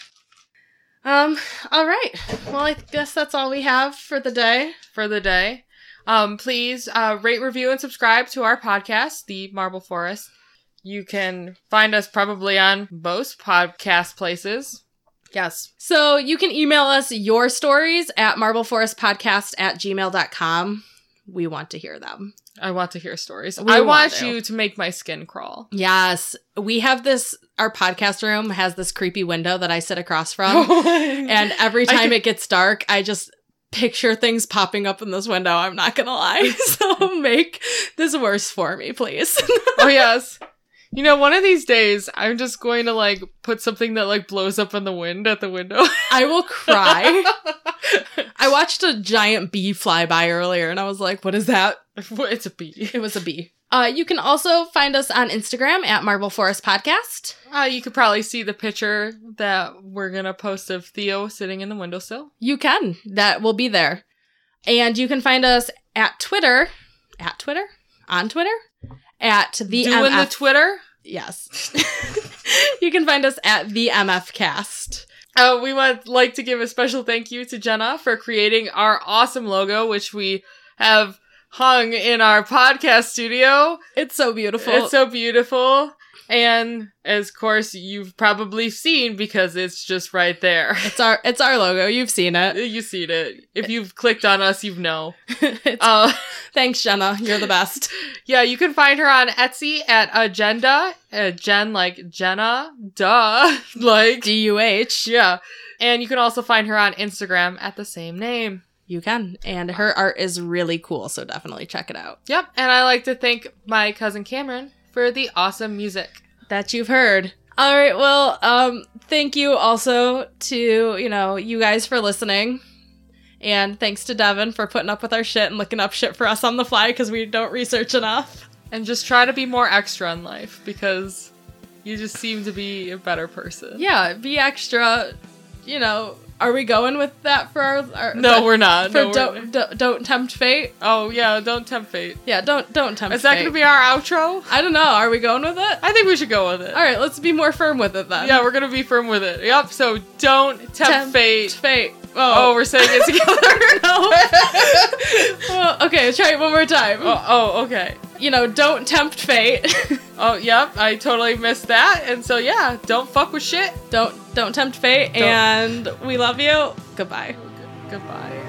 Um, all right. Well, I guess that's all we have for the day. for the day. Um, please uh, rate, review, and subscribe to our podcast, The Marble Forest. You can find us probably on most podcast places. Yes. So you can email us your stories at marbleforestpodcast at gmail.com. We want to hear them. I want to hear stories. We I want want to. you to make my skin crawl. Yes. We have this, our podcast room has this creepy window that I sit across Um, from. and every I time can- it gets dark, I just picture things popping up in this window. I'm not going to lie. so make this worse for me, please. oh yes. You know, one of these days, I'm just going to like put something that like blows up in the wind at the window. I will cry. I watched a giant bee fly by earlier and I was like, what is that? it's a bee. It was a bee. Uh, you can also find us on Instagram at Marble Forest Podcast. Uh, you could probably see the picture that we're gonna post of Theo sitting in the windowsill. You can. That will be there. And you can find us at Twitter, at Twitter, on Twitter, at the Doing MF. the Twitter. yes. you can find us at the MF Cast. Uh, we would like to give a special thank you to Jenna for creating our awesome logo, which we have hung in our podcast studio. It's so beautiful. It's so beautiful. And as course you've probably seen because it's just right there. it's our it's our logo. You've seen it. you seen it. If you've clicked on us, you know. It's- Uh, thanks, Jenna. You're the best. yeah, you can find her on Etsy at Agenda. Uh, Jen like Jenna. Duh. like D U H. yeah. And you can also find her on Instagram at the same name. You can. And her art is really cool, so definitely check it out. Yep, and I like to thank my cousin Cameron for the awesome music. that you've heard. All right, well, um thank you also to, you know, you guys for listening. And thanks to Devin for putting up with our shit and looking up shit for us on the fly cuz we don't research enough. And just try to be more extra in life because you just seem to be a better person. Yeah, be extra, you know, are we going with that for our, our No, that- we're not. for no, we're don't, don't don't tempt fate. Oh yeah, don't tempt fate. Yeah, don't don't tempt Is that fate. gonna be our outro? I don't know. Are we going with it? I think we should go with it. All right, let's be more firm with it then. Yeah, we're gonna be firm with it. Yep. So don't tempt, Tempt fate. fate. Oh, Oh, we're saying it together. oh, okay, try it one more time. oh, oh, okay. you know, don't tempt fate. Oh, yep. I totally missed that. And so yeah, don't fuck with shit. don't don't tempt fate Don't. and we love you. Goodbye. Goodbye.